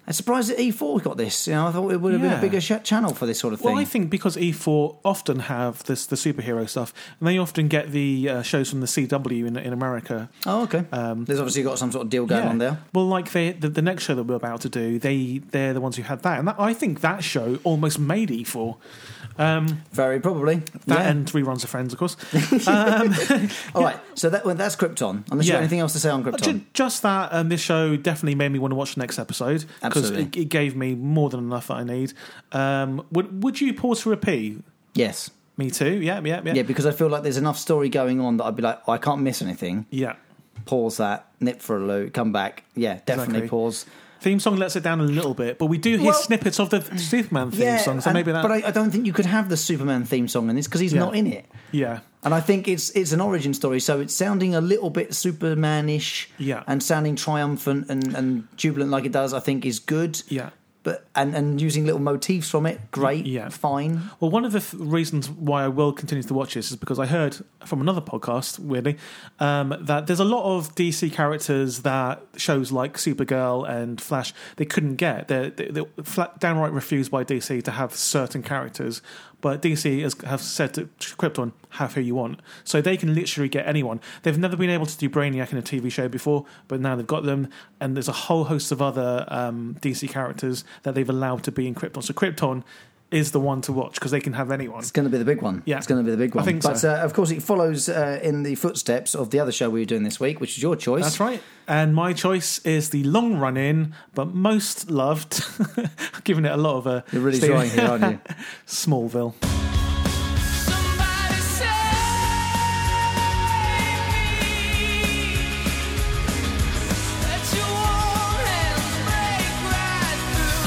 I'm surprised that E4 got this. You know, I thought it would have been
Yeah.
a bigger sh- channel for this sort of thing.
Well, I think because E4 often have this the superhero stuff, and they often get the uh, shows from the CW in in America.
oh, okay.
um,
There's obviously got some sort of deal going on there.
Well, like they, the, the next show that we're about to do, they they're the ones who had that, and that, I think that show almost made E4.
Very probably.
That
Yeah.
and reruns of Friends, of course.
All right, so that well, that's Krypton. Unless you
Yeah.
got anything else to say on Krypton,
Ju- Just that, and this show definitely made me want to watch the next episode because
Absolutely.
it, it gave me more than enough that I need. Um, would Would you pause for a pee?
yes,
Me too. Yeah, yeah, yeah,
yeah, because I feel like there's enough story going on that I'd be like, "Oh, I can't miss anything.
yeah.
Pause that, nip for a loop, come back. Yeah, definitely
Exactly.
pause.
Theme song lets it down a little bit, but we do hear
Well-
snippets of the Superman theme
yeah,
song, so
and-
maybe that.
But I, I don't think you could have the Superman theme song in this because he's
Yeah.
not in it.
yeah,
And I think it's it's an origin story, so it's sounding a little bit Supermanish,
Yeah.
and sounding triumphant and, and jubilant like it does. I think is good,
yeah.
But and and using little motifs from it, great,
Yeah.
fine.
Well, one of the th- reasons why I will continue to watch this is because I heard from another podcast, weirdly, um, that there's a lot of DC characters that shows like Supergirl and Flash they couldn't get. They're, they they're flat, downright refused by DC to have certain characters, but DC has have said to Krypton, "Have who you want," so they can literally get anyone. They've never been able to do Brainiac in a TV show before, but now they've got them, and there's a whole host of other um, DC characters that they've allowed to be in Krypton. So Krypton is the one to watch because they can have anyone.
It's going to be the big one.
Yeah.
It's going to be the big
I
one.
think
but
so.
uh, of course, it follows uh, in the footsteps of the other show we were doing this week, which is your choice.
That's right. And my choice is the long run in, but most loved, giving it a lot of a
You're really trying here, aren't you?
Smallville.
Somebody save me. Let your warm hands break right through.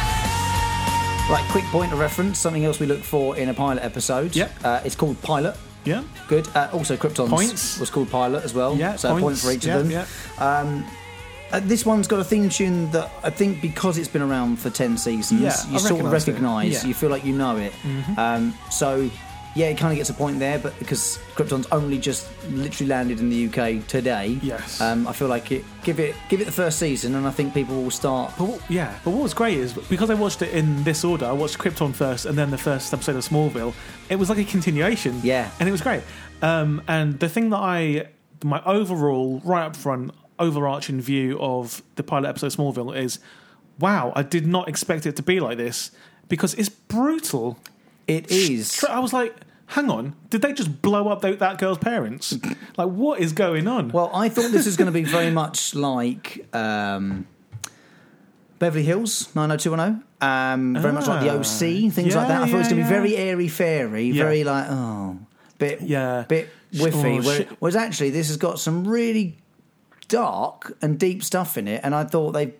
Somebody save
Right, quick point of reference. Something else we look for in a pilot episode.
Yep.
Uh, it's called Pilot.
Yeah.
Good. Uh, also, Krypton's
Points.
was called Pilot as well.
Yeah.
so a point for each
yeah,
of them.
Yeah.
Uh, this one's got a theme tune that I think because it's been around for 10 seasons,
Yeah,
you
I
sort of
recognise it.
recognise,
Yeah. Mm-hmm.
you feel like you know it. Um, so, yeah, it kind of gets a point there, but because Krypton's only just literally landed in the UK today,
Yes.
um, I feel like it give it give it the first season, and I think people will start.
But what, yeah, but what was great is because I watched it in this order, I watched Krypton first and then the first episode of Smallville. It was like a continuation.
Yeah.
and it was great. Um, and the thing that I, my overall right up front, overarching view of the pilot episode of Smallville is, wow, I did not expect it to be like this because it's brutal.
It is.
I was like, hang on, did they just blow up tho- that girl's parents? like, what is going on?
Well, I thought this was going to be very much like um, Beverly Hills 90210. Um, very much like the
Ah.
OC, things
Yeah,
like that. I thought it was going
yeah,
to be
yeah.
very airy fairy,
Yeah.
very like oh, bit
Yeah.
bit
Sh-
whiffy.
oh,
where-
sh-
whereas actually, this has got some really dark and deep stuff in it, and I thought they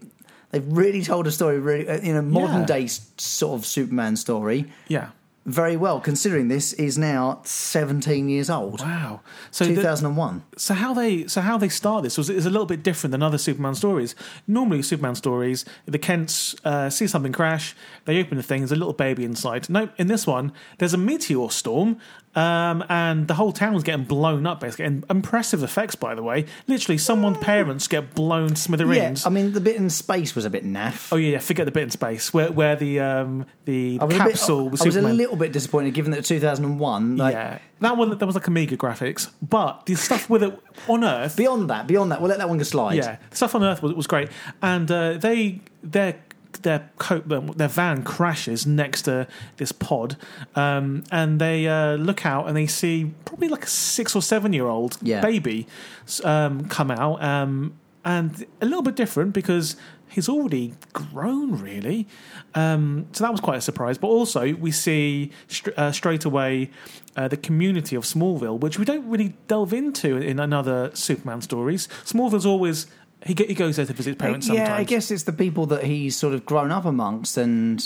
they've really told a story, really uh, in a modern
Yeah.
day s- sort of Superman story,
yeah.
very well considering this is now 17 years old,
Wow. So the-
2001.
so how they so how they start this was is a little bit different than other Superman stories. Normally, Superman stories, the Kents uh, see something crash, they open the thing, there's a little baby inside. No, in this one, there's a meteor storm, Um, and the whole town's getting blown up, basically. And impressive effects, by the way. Literally, someone's parents get blown to smithereens.
Yeah, I mean, the bit in space was a bit naff.
oh yeah, yeah, forget the bit in space where where the um, the
I was, a bit-
capsule was
I was a
Superman.
little bit disappointed given that 2001. Like,
yeah, that one that was like Amiga graphics, but the stuff with it on Earth
Beyond that, beyond that, we'll let that one go slide.
Yeah, the stuff on Earth was, was great, and uh, they their their co- their van crashes next to this pod, um, and they uh, look out and they see probably like a six or seven year old
Yeah.
baby s- um, come out, um, and a little bit different because. He's already grown, really. Um, so that was quite a surprise. But also, we see str uh, straight away uh, the community of Smallville, which we don't really delve into in another Superman stories. Smallville's always he, ge- he goes there to visit his parents.
Uh, yeah,
sometimes.
I guess it's the people that he's sort of grown up amongst, and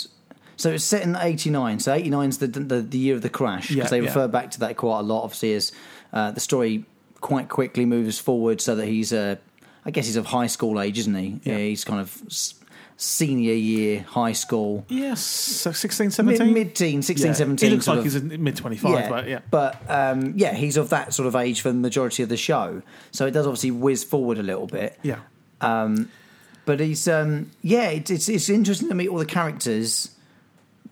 so it's set in '89. So '89 is the, the the year of the crash because
Yeah,
they
yeah.
refer back to that quite a lot. Obviously, as uh, the story quite quickly moves forward, so that he's uh, I guess he's of high school age, isn't he?
Yeah.
he's kind of s- senior year high school,
Yes, so 16,
mid
17?
mid teen, 16,
Yeah.
17.
He looks
sort
like
of.
he's in mid twenty five, but yeah.
But um, yeah, he's of that sort of age for the majority of the show. So it does obviously whiz forward a little bit.
Yeah.
But he's um, yeah, it's, it's it's interesting to meet all the characters.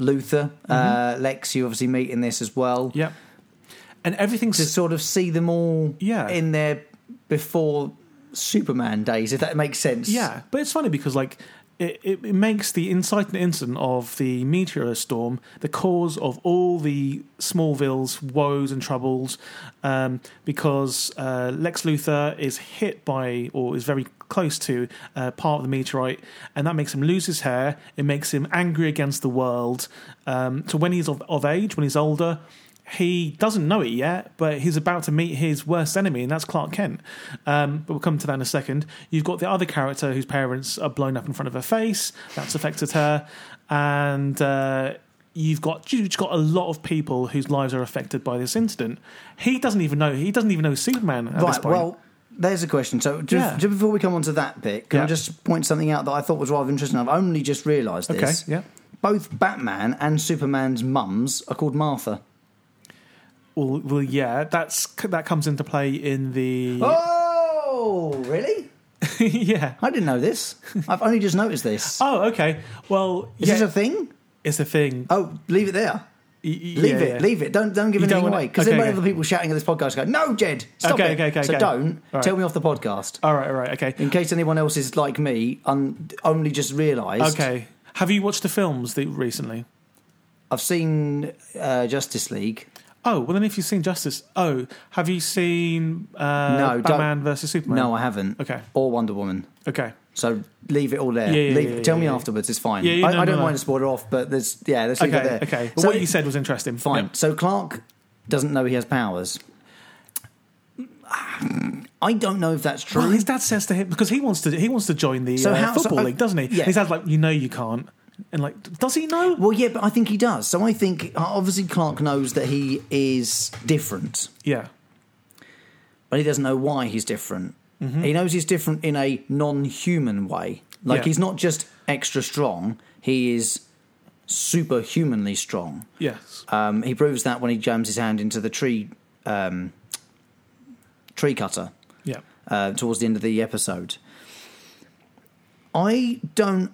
Luther, uh,
Mm-hmm.
Lex, you obviously meet in this as well.
Yeah. And
To
everything's
sort of see them all
Yeah.
in their before Superman days, if that makes sense.
Yeah, but it's funny because like it, it, it makes the inciting incident of the meteor storm the cause of all the Smallville's woes and troubles, um, because uh, Lex Luthor is hit by or is very close to uh, part of the meteorite, and that makes him lose his hair. It makes him angry against the world. Um, so when he's of, of age, when he's older. He doesn't know it yet, but he's about to meet his worst enemy, and that's Clark Kent. Um, but we'll come to that in a second. You've got the other character whose parents are blown up in front of her face. That's affected her, and uh, you've got you've got a lot of people whose lives are affected by this incident. He doesn't even know. He doesn't even know Superman at this
Right.
point.
Well, there's a question. So just,
Yeah.
just before we come on to that bit, can I
Yeah.
just point something out that I thought was rather interesting? I've only just realised
okay,
this.
yeah.
Both Batman and Superman's mums are called Martha.
Well, well, yeah. That's that comes into play in the
Oh, really?
yeah.
I didn't know this. I've only just noticed this.
Oh, okay. Well,
Is
yeah,
this a thing?
it's a thing.
Oh, leave it there. Leave
Leave
it. Leave it. Don't don't give
You
anything
don't wanna-
away because
okay,
then when
okay.
other people shouting at this podcast go, "No, Jed, stop it."
Okay, okay, okay,
so
okay.
don't
All right.
tell me off the podcast.
All right, all right, okay.
In case anyone else is like me, un- only just realised.
Okay. Have you watched the films the, recently?
I've seen uh, Justice League.
Oh, well, then if you've seen Justice. Oh, have you seen uh,
No, don't-
Batman versus Superman?
No, I haven't.
Okay.
Or Wonder Woman.
Okay.
So leave it all there.
Yeah, yeah,
leave,
yeah,
tell
yeah,
me
yeah.
afterwards. It's fine.
Yeah, yeah,
I,
no,
I
no,
don't
no.
mind to spoil it off, but there's yeah, let's leave
Okay,
it there.
okay.
So-
what you said was interesting.
Fine.
Yeah.
So Clark doesn't know he has powers. I don't know if that's true.
Well, his dad says to him because he wants to he wants to join the
So
uh,
how- so
football
I-
league, doesn't he?
yeah.
His dad's like, you know, you can't, and like, does he know?
Well, yeah, but I think he does. So I think uh, obviously Clark knows that he is different,
yeah,
but he doesn't know why he's different.
Mm-hmm.
He knows he's different in a non-human way. Like
Yeah.
he's not just extra strong; he is superhumanly strong.
yes,
Um, he proves that when he jams his hand into the tree um, tree cutter.
yeah.
uh, towards the end of the episode. I don't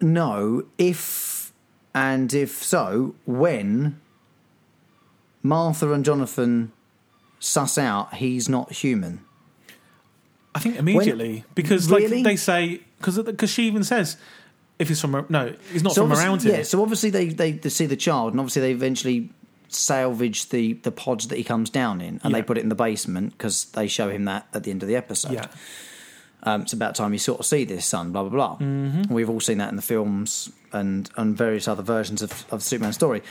know if, and if so, when Martha and Jonathan suss out he's not human.
I think immediately because
Really?
like they say because because she even says if he's from ar- no, he's not from
obviously-
around here.
Yeah, so obviously they, they, they see the child, and obviously they eventually salvage the, the pods that he comes down in, and they
Yeah.
put it in the basement because they show him that at the end of the episode.
yeah,
um, it's about time you sort of see this son, blah blah blah.
Mm-hmm.
We've all seen that in the films and and various other versions of, of the Superman story.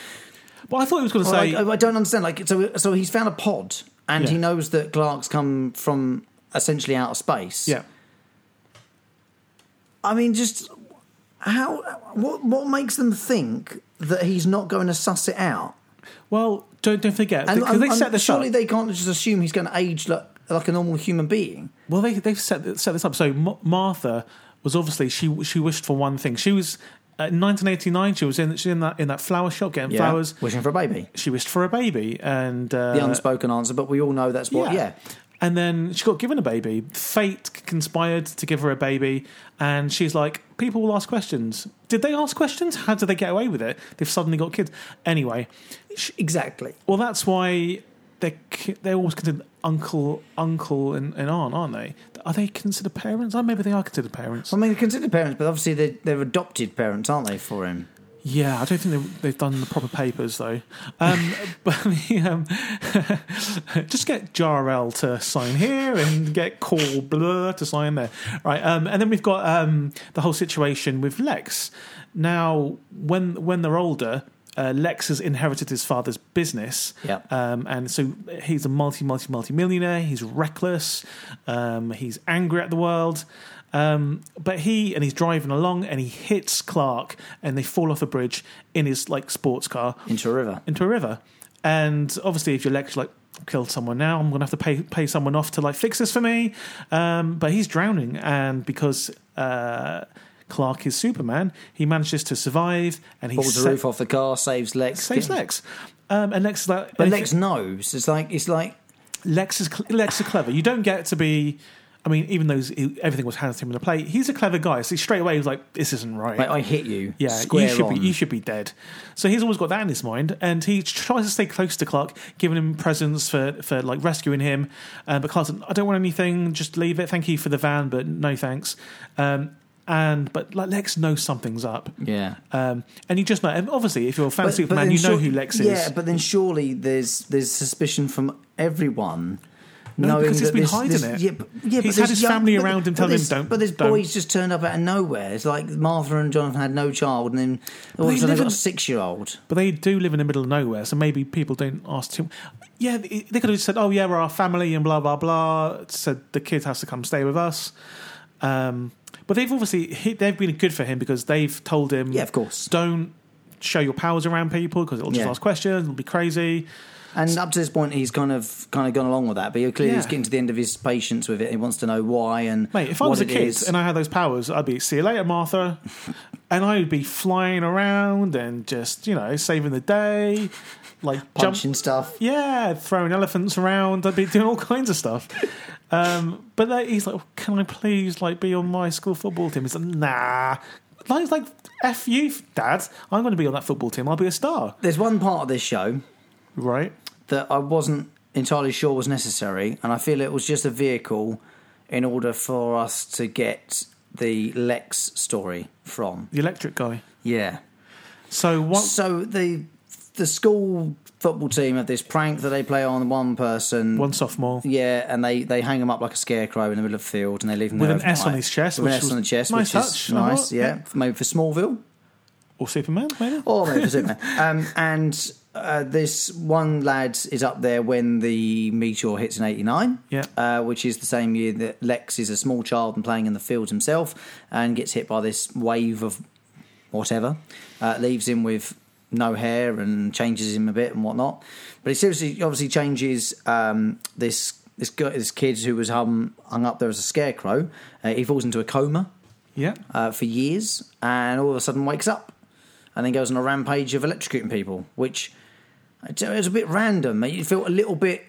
but I thought he was going to
Well,
say
like, I, I don't understand. Like, so so he's found a pod, and
Yeah.
he knows that Clark's come from essentially outer space.
yeah.
I mean, just how what what makes them think that he's not going to suss it out?
Well, don't don't forget
And
because they
and-
set this
surely
up.
they can't just assume he's going to age like like a normal human being.
Well, they they've set set this up. So M- Martha was obviously she she wished for one thing. She was Uh, in 1989, she was in she was in that in that flower shop getting
Yeah.
flowers.
Wishing for a baby.
She wished for a baby, and uh,
The unspoken answer, but we all know that's what. Yeah.
And then she got given a baby. Fate conspired to give her a baby, and she's like, people will ask questions. Did they ask questions? How did they get away with it? They've suddenly got kids. Anyway,
Exactly.
well, that's why they're ki- they're always considered uncle, uncle, and, and aunt, aren't they? Are they considered parents? Oh, maybe they are considered parents.
I mean, they're considered parents, but obviously they're, they're adopted parents, aren't they, for him?
Yeah, I don't think they've, they've done the proper papers though. Um, but the, um, just get Jarl to sign here and get Call Blur to sign there, right? Um, and then we've got um, the whole situation with Lex. Now, when when they're older, uh, Lex has inherited his father's business,
Yeah.
um, and so he's a multi, multi, multi millionaire. He's reckless. Um, he's angry at the world. Um, but he and he's driving along and he hits Clark and they fall off a bridge in his like sports car
Into a river.
into a river. And obviously, if you're Lex, you're like killed someone now, I'm gonna have to pay pay someone off to like fix this for me. Um, but he's drowning, and because uh, Clark is Superman, he manages to survive and he
Pulls the
sa-
roof off the car, saves Lex.
saves Lex. Um, and Lex is like,
But Lex knows. It's like it's like
Lex is cl- Lex is clever. You don't get to be. I mean, even though he- everything was handed to him in the plate, he's a clever guy. So straight away, he's like, "This isn't right."
like I hit you.
yeah,
square
you should
on.
be you should be dead. So he's always got that in his mind, and he tries to stay close to Clark, giving him presents for for like rescuing him. Uh, but Clark's like, "I don't want anything. Just leave it. Thank you for the van, but no thanks." Um, and but like Lex knows something's up.
yeah.
Um, and you just know. And obviously, if you're a fan of Superman,
then
you know
sur-
who Lex is.
Yeah, but then surely there's there's suspicion from everyone.
No,
knowing
because he's
that
been
this-
hiding
this-
it.
Yeah, but, yeah,
He's
but
had
this
his
young-
family
but-
around him
but
telling him,
this-
"Don't-
But this
don't."
boy's just turned up out of nowhere. It's like Martha and Jonathan had no child, and then all of
they
a sudden
live
they've got
in-
a six-year-old.
But they do live in the middle of nowhere, so maybe people don't ask too. Yeah, they they could have said, "Oh yeah, we're our family," and blah blah blah. Said the kid has to come stay with us. Um, but they've obviously he- they've been good for him because they've told him,
Yeah, of course.
don't show your powers around people because it'll just
Yeah.
ask questions, it'll be crazy."
And up to this point, he's kind of kind of gone along with that. But clearly, he's
Yeah.
getting to the end of his patience with it. He wants to know why and
Mate, if I
what
was a
it
kid
is.
and I had those powers, I'd be see you later, Martha, and I would be flying around and just you know saving the day, like jump-
punching stuff.
Yeah, throwing elephants around. I'd be doing all kinds of stuff. Um, but then he's like, "Can I please like be on my school football team?" He's like, "Nah." Like, he's like, "F you, Dad. I'm going to be on that football team. I'll be a star."
There's one part of this show
Right?
that I wasn't entirely sure was necessary, and I feel it was just a vehicle in order for us to get the Lex story from.
The electric guy.
Yeah.
So what?
So the the school football team have this prank that they play on one person.
One sophomore.
yeah, and they, they hang him up like a scarecrow in the middle of the field, and they leave him
With
there
an S on
overnight.
his chest,
With an
which
S on the
was
chest,
nice
which
touch,
is
you know what?
nice. Yeah, maybe for Smallville.
Or Superman, maybe?
Or maybe for Superman. Um, and uh, this one lad is up there when the meteor hits in '89,
Yeah.
uh, which is the same year that Lex is a small child and playing in the fields himself, and gets hit by this wave of whatever, uh, leaves him with no hair and changes him a bit and whatnot. But he seriously, obviously, changes um, this this guy, this kid who was hung, hung up there as a scarecrow. Uh, he falls into a coma
Yeah.
uh, for years, and all of a sudden wakes up, and then goes on a rampage of electrocuting people, which it was a bit random. You felt a little bit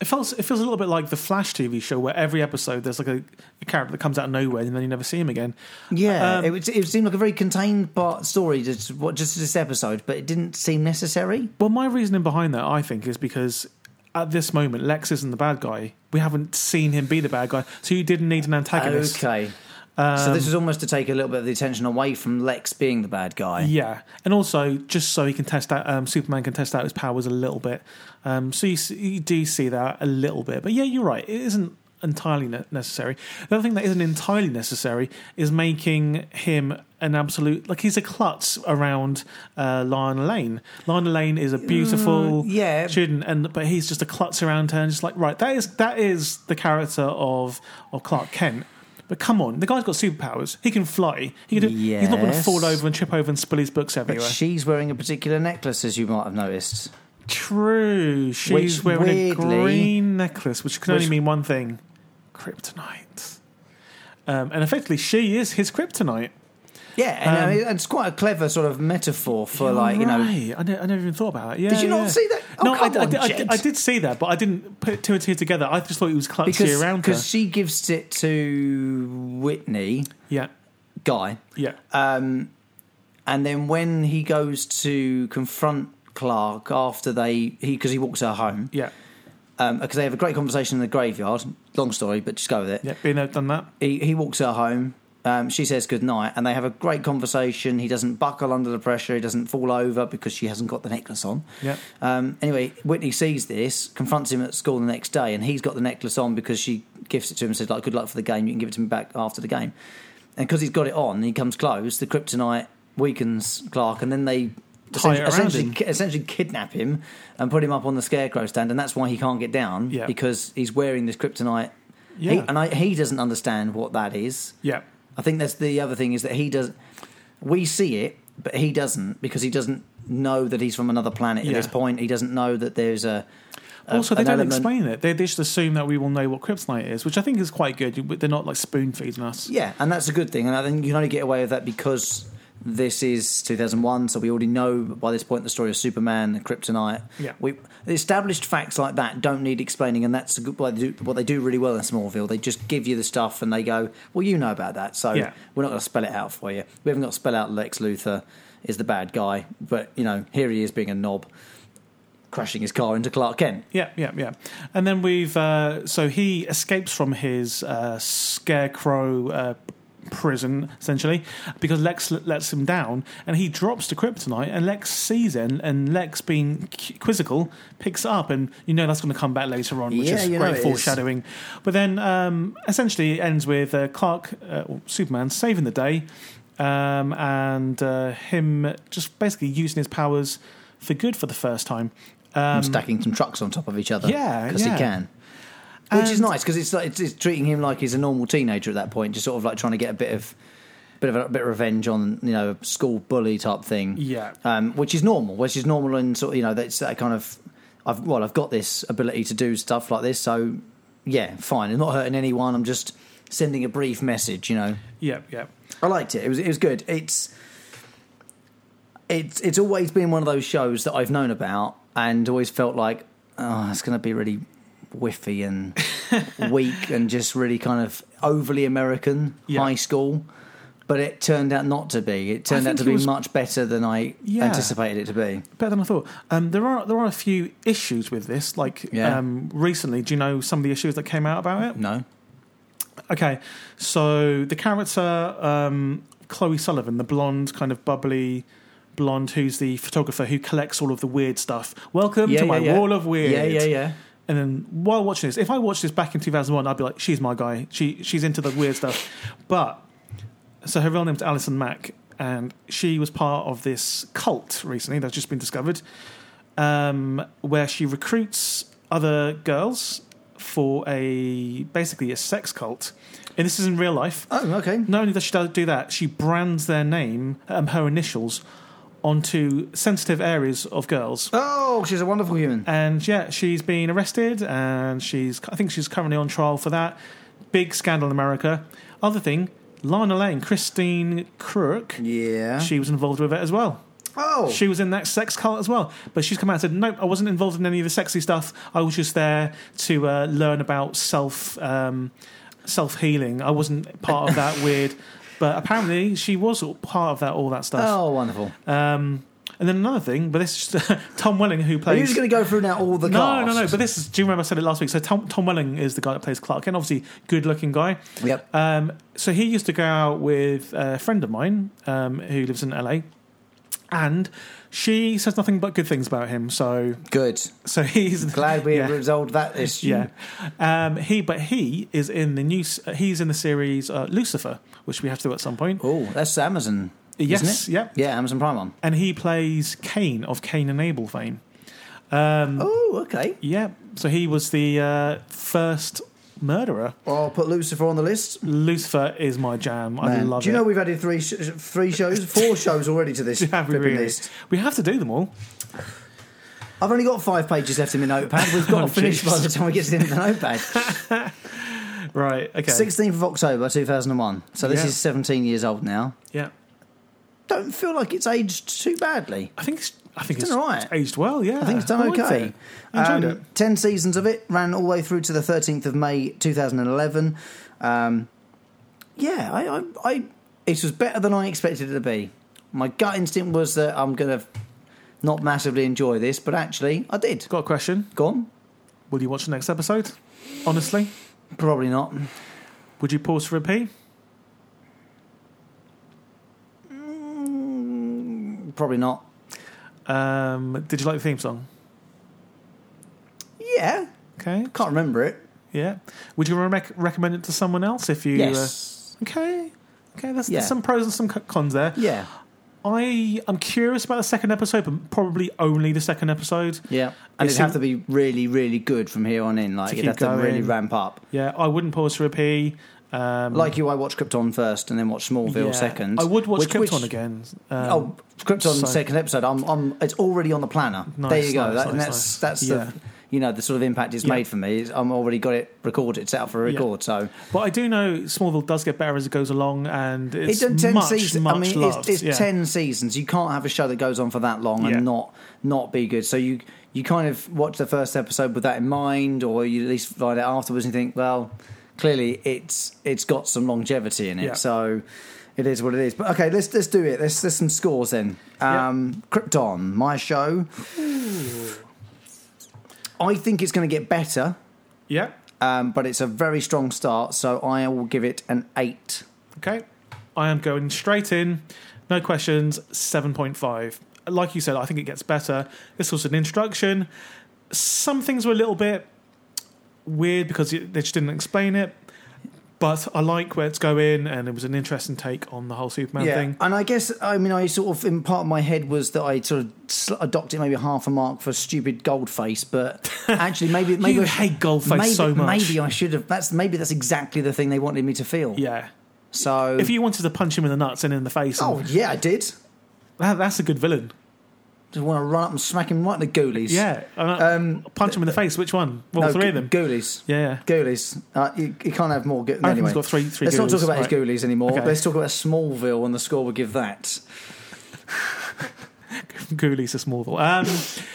It feels it feels a little bit like the Flash TV show where every episode there's like a, a character that comes out of nowhere and then you never see him again.
yeah.
Um,
it, was, it seemed like a very contained part story, just what just this episode, but it didn't seem necessary.
Well, my reasoning behind that, I think, is because at this moment, Lex isn't the bad guy. We haven't seen him be the bad guy, so you didn't need an antagonist.
Okay. Um, so this was almost to take a little bit of the attention away from Lex being the bad guy.
Yeah, and also just so he can test out, um, Superman can test out his powers a little bit. Um, so you, s- you do see that a little bit, but yeah, you're right. It isn't entirely ne- necessary. The other thing that isn't entirely necessary is making him an absolute like he's a klutz around uh, Lionel Lane. Lionel Lane is a beautiful
Mm, yeah.
student, and but he's just a klutz around her, and just like right, that is that is the character of of Clark Kent. But come on, the guy's got superpowers. He can fly. He can do, He's not going to
Yes.
fall over and trip over and spill his books
But
everywhere.
she's wearing a particular necklace, as you might have noticed.
True. She's
Which
wearing a
weirdly-
green necklace, which can only
which-
mean one thing kryptonite. Um, and effectively, she is his kryptonite.
Yeah, and
Um,
I mean, it's quite a clever sort of metaphor for like you know.
Right. I, ne- I never even thought about that. Yeah,
Did you not
yeah.
see that? Oh,
no, I,
come
I
on,
did- I did-
Jed.
I did see that, but I didn't put two and two together. I just thought it was clutchy
Because
around her.
cause she gives it to Whitney
Yeah,
guy,
yeah,
um, and then when he goes to confront Clark after they he because he walks her home
yeah,
because they have a great conversation in the graveyard. Long story, but just go with it.
yeah. Being there, done that.
He, he walks her home. Um, she says good night, and they have a great conversation. He doesn't buckle under the pressure. He doesn't fall over because she hasn't got the necklace on.
Yeah.
Um, anyway, Whitney sees this, confronts him at school the next day, and he's got the necklace on because she gifts it to him and says, "Like, good luck for the game. You can give it to me back after the game." And because he's got it on, and he comes close. The kryptonite weakens Clark, and then they
Tie it around
essentially,
him.
ki- essentially kidnap him and put him up on the scarecrow stand, and that's why he can't get down
Yeah.
because he's wearing this kryptonite.
Yeah.
He, and I, he doesn't understand what that is.
Yeah,
I think that's the other thing is that he does. We see it, but he doesn't because he doesn't know that he's from another planet at
Yeah.
this point. He doesn't know that there's a. a-
Also,
uh,
they
an
don't
element-
explain it. They they just assume that we will know what kryptonite is, which I think is quite good. You- They're not like spoon feeding us.
Yeah, and that's a good thing, and I think you can only get away with that because this is 2001, so we already know by this point the story of Superman and Kryptonite.
Yeah.
we established facts like that don't need explaining, and that's a good, what, they do, what they do really well in Smallville. They just give you the stuff, and they go, "Well, you know about that, so
Yeah.
we're not going to spell it out for you. We haven't got to spell out Lex Luthor is the bad guy, but you know here he is being a knob." Crashing his car into Clark Kent.
Yeah, yeah, yeah. And then we've uh, so he escapes from his uh, scarecrow uh, prison essentially because Lex l- lets him down, and he drops the kryptonite, and Lex sees it, and, and Lex being qui- quizzical picks it up, and you know that's going to come back later on, which
Yeah,
is
you know
great
it is.
foreshadowing. But then um, essentially it ends with uh, Clark, uh, or Superman, saving the day. Um, and uh, him just basically using his powers for good for the first time. Um,
stacking some trucks on top of each other.
Yeah,
because
yeah.
he can. Which is
And-
nice because it's, like, it's it's treating him like he's a normal teenager at that point, just sort of like trying to get a bit of bit of a bit of revenge on you know a school bully type thing.
Yeah.
um, which is normal. Which is normal and sort of you know that's that kind of I've well I've got this ability to do stuff like this, so yeah, fine. I'm not hurting anyone. I'm just sending a brief message, you know.
Yeah, yeah.
I liked it. It was it was good. It's it's it's always been one of those shows that I've known about and always felt like oh, it's going to be really whiffy and weak and just really kind of overly American
Yeah.
high school. But it turned out not to be. It turned out
think
to
it
be
was-
much better than I
Yeah.
anticipated it to be.
better than I thought. Um, there are there are a few issues with this. Like
Yeah.
um, recently, do you know some of the issues that came out about it?
No.
Okay, so the character um, Chloe Sullivan, the blonde, kind of bubbly blonde, who's the photographer who collects all of the weird stuff. Welcome to my wall of weird.
Yeah, yeah, yeah.
And then while watching this, if I watched this back in 2001, I'd be like, she's my guy. She she's into the weird stuff. But so her real name's Alison Mack, and she was part of this cult recently that's just been discovered, um, where she recruits other girls for a basically a sex cult. And this is in real life.
Oh, okay.
Not only does she do- do that, she brands their name, um, her initials, onto sensitive areas of girls.
Oh, she's a wonderful human.
And yeah, she's been arrested, and she's I think she's currently on trial for that. Big scandal in America. Other thing, Lana Lane, Christine Crook,
Yeah.
she was involved with it as well.
oh,
She was in that sex cult as well, but she's come out and said, "Nope, I wasn't involved in any of the sexy stuff. I was just there to uh, learn about self um, self healing. I wasn't part of that weird." But apparently, she was all- part of that all that stuff.
oh, wonderful.
Um, and then another thing, but this is just, Tom Welling who
Are
plays.
you just going to go through now all the
No,
cast?
no, no. But this is. Do you remember I said it last week? So Tom Tom Welling is the guy that plays Clark Kent. Obviously, good-looking guy.
Yep.
Um, so he used to go out with a friend of mine um, who lives in LA, and she says nothing but good things about him. So
Good.
so he's
Glad we
yeah.
resolved that issue.
Yeah, um, he but he is in the new. s- He's in the series uh, Lucifer, which we have to do at some point,
Oh, that's Amazon.
Yes,
Isn't it?
yep.
Yeah, Amazon Prime one.
and he plays Cain of Cain and Abel fame. Um,
Oh, okay.
Yeah, so he was the uh, first murderer.
I'll put Lucifer on the list.
Lucifer is my jam. I
Man,
love
do you
it.
know we've added three sh- three shows, four shows already to this
have we,
flipping
really?
list?
we have to do them all.
I've only got five pages left in my notepad. We've got
Oh,
to finish by the time we get to the end of the notepad.
Right. Okay.
Sixteenth of October, two thousand and one. So this
Yeah.
is seventeen years old now.
Yeah.
don't feel like it's aged too badly.
I think it's. I think
It's
it's,
done alright.
it's aged well. Yeah,
I think it's done
liked
okay.
it. I enjoyed
Um,
it.
Ten seasons of it ran all the way through to the thirteenth of May, two thousand and eleven. Um, yeah, I, I, I, it was better than I expected it to be. My gut instinct was that I'm gonna not massively enjoy this, but actually, I did.
Got a question?
Gone?
Will you watch the next episode? Honestly,
Probably not.
would you pause to repeat?
Probably not.
Um, did you like the theme song?
Yeah,
Okay.
can't remember it.
Yeah. Would you rec- recommend it to someone else if you?
Yes.
Uh, okay. Okay. That's,
Yeah.
there's some pros and some c- cons there.
uh, Yeah.
I am curious about the second episode, but probably only the second episode.
Yeah. And
It's
it'd have
in-
to be really, really good from here on in. Like,
To
it'd
keep
have to really
going.
ramp up.
Yeah, I wouldn't pause to repeat. Um,
Like you, I watch Krypton first and then watch Smallville
yeah.
second.
I would watch
Which-
Krypton
which-
again. Um,
oh, Krypton
so-
second episode. I'm, I'm, it's already on the planner.
Nice,
there you go.
nice,
That- and
nice,
that's
nice.
that's
Yeah.
the you know the sort of impact it's
Yeah.
made for me. Is I'm already got it recorded, set up for a
Yeah.
record. So
But I do know Smallville does get better as it goes along, and it's,
done
much,
seasons.
much
I mean,
loved.
it's, it's
Yeah.
ten seasons. You can't have a show that goes on for that long
Yeah.
and not not be good. So you you kind of watch the first episode with that in mind, or you at least find out afterwards and think, well, clearly it's it's got some longevity in it.
Yeah.
So it is what it is. But okay, let's let's do it. Let's there's some scores then.
Yeah.
Um, Krypton, my show. I think it's going to get better,
Yeah.
um, but it's a very strong start. So I will give it an eight.
Okay. I am going straight in. No questions. 7.5. Like you said, I think it gets better. This was an introduction. Some things were a little bit weird because it- they just didn't explain it. But I like where it's going, and it was an interesting take on the whole Superman thing.
And I guess I mean I sort of in part of my head was that I sort of sl- I docked it maybe half a mark for stupid Goldface, but actually maybe maybe
you
I-
hate Goldface
maybe,
so much.
Maybe I should have. That's maybe that's exactly the thing they wanted me to feel.
yeah.
So
If you wanted to punch him in the nuts and in the face,
oh
and-
yeah, I did.
that, that's a good villain.
Just want to run up and smack him right in the ghoulies.
Yeah. Um, punch him in the face. Which one? Well,
no,
three of them.
Ghoulies.
yeah, yeah.
Ghoulies. Uh, you, you can't have more. Go-
I reckon
anyway,
he's got three- three
Let's not
Ghoulies,
talk about
right.
his Ghoulies anymore.
Okay.
Let's talk about Smallville and the score would give that.
Ghoulies to Smallville. Um,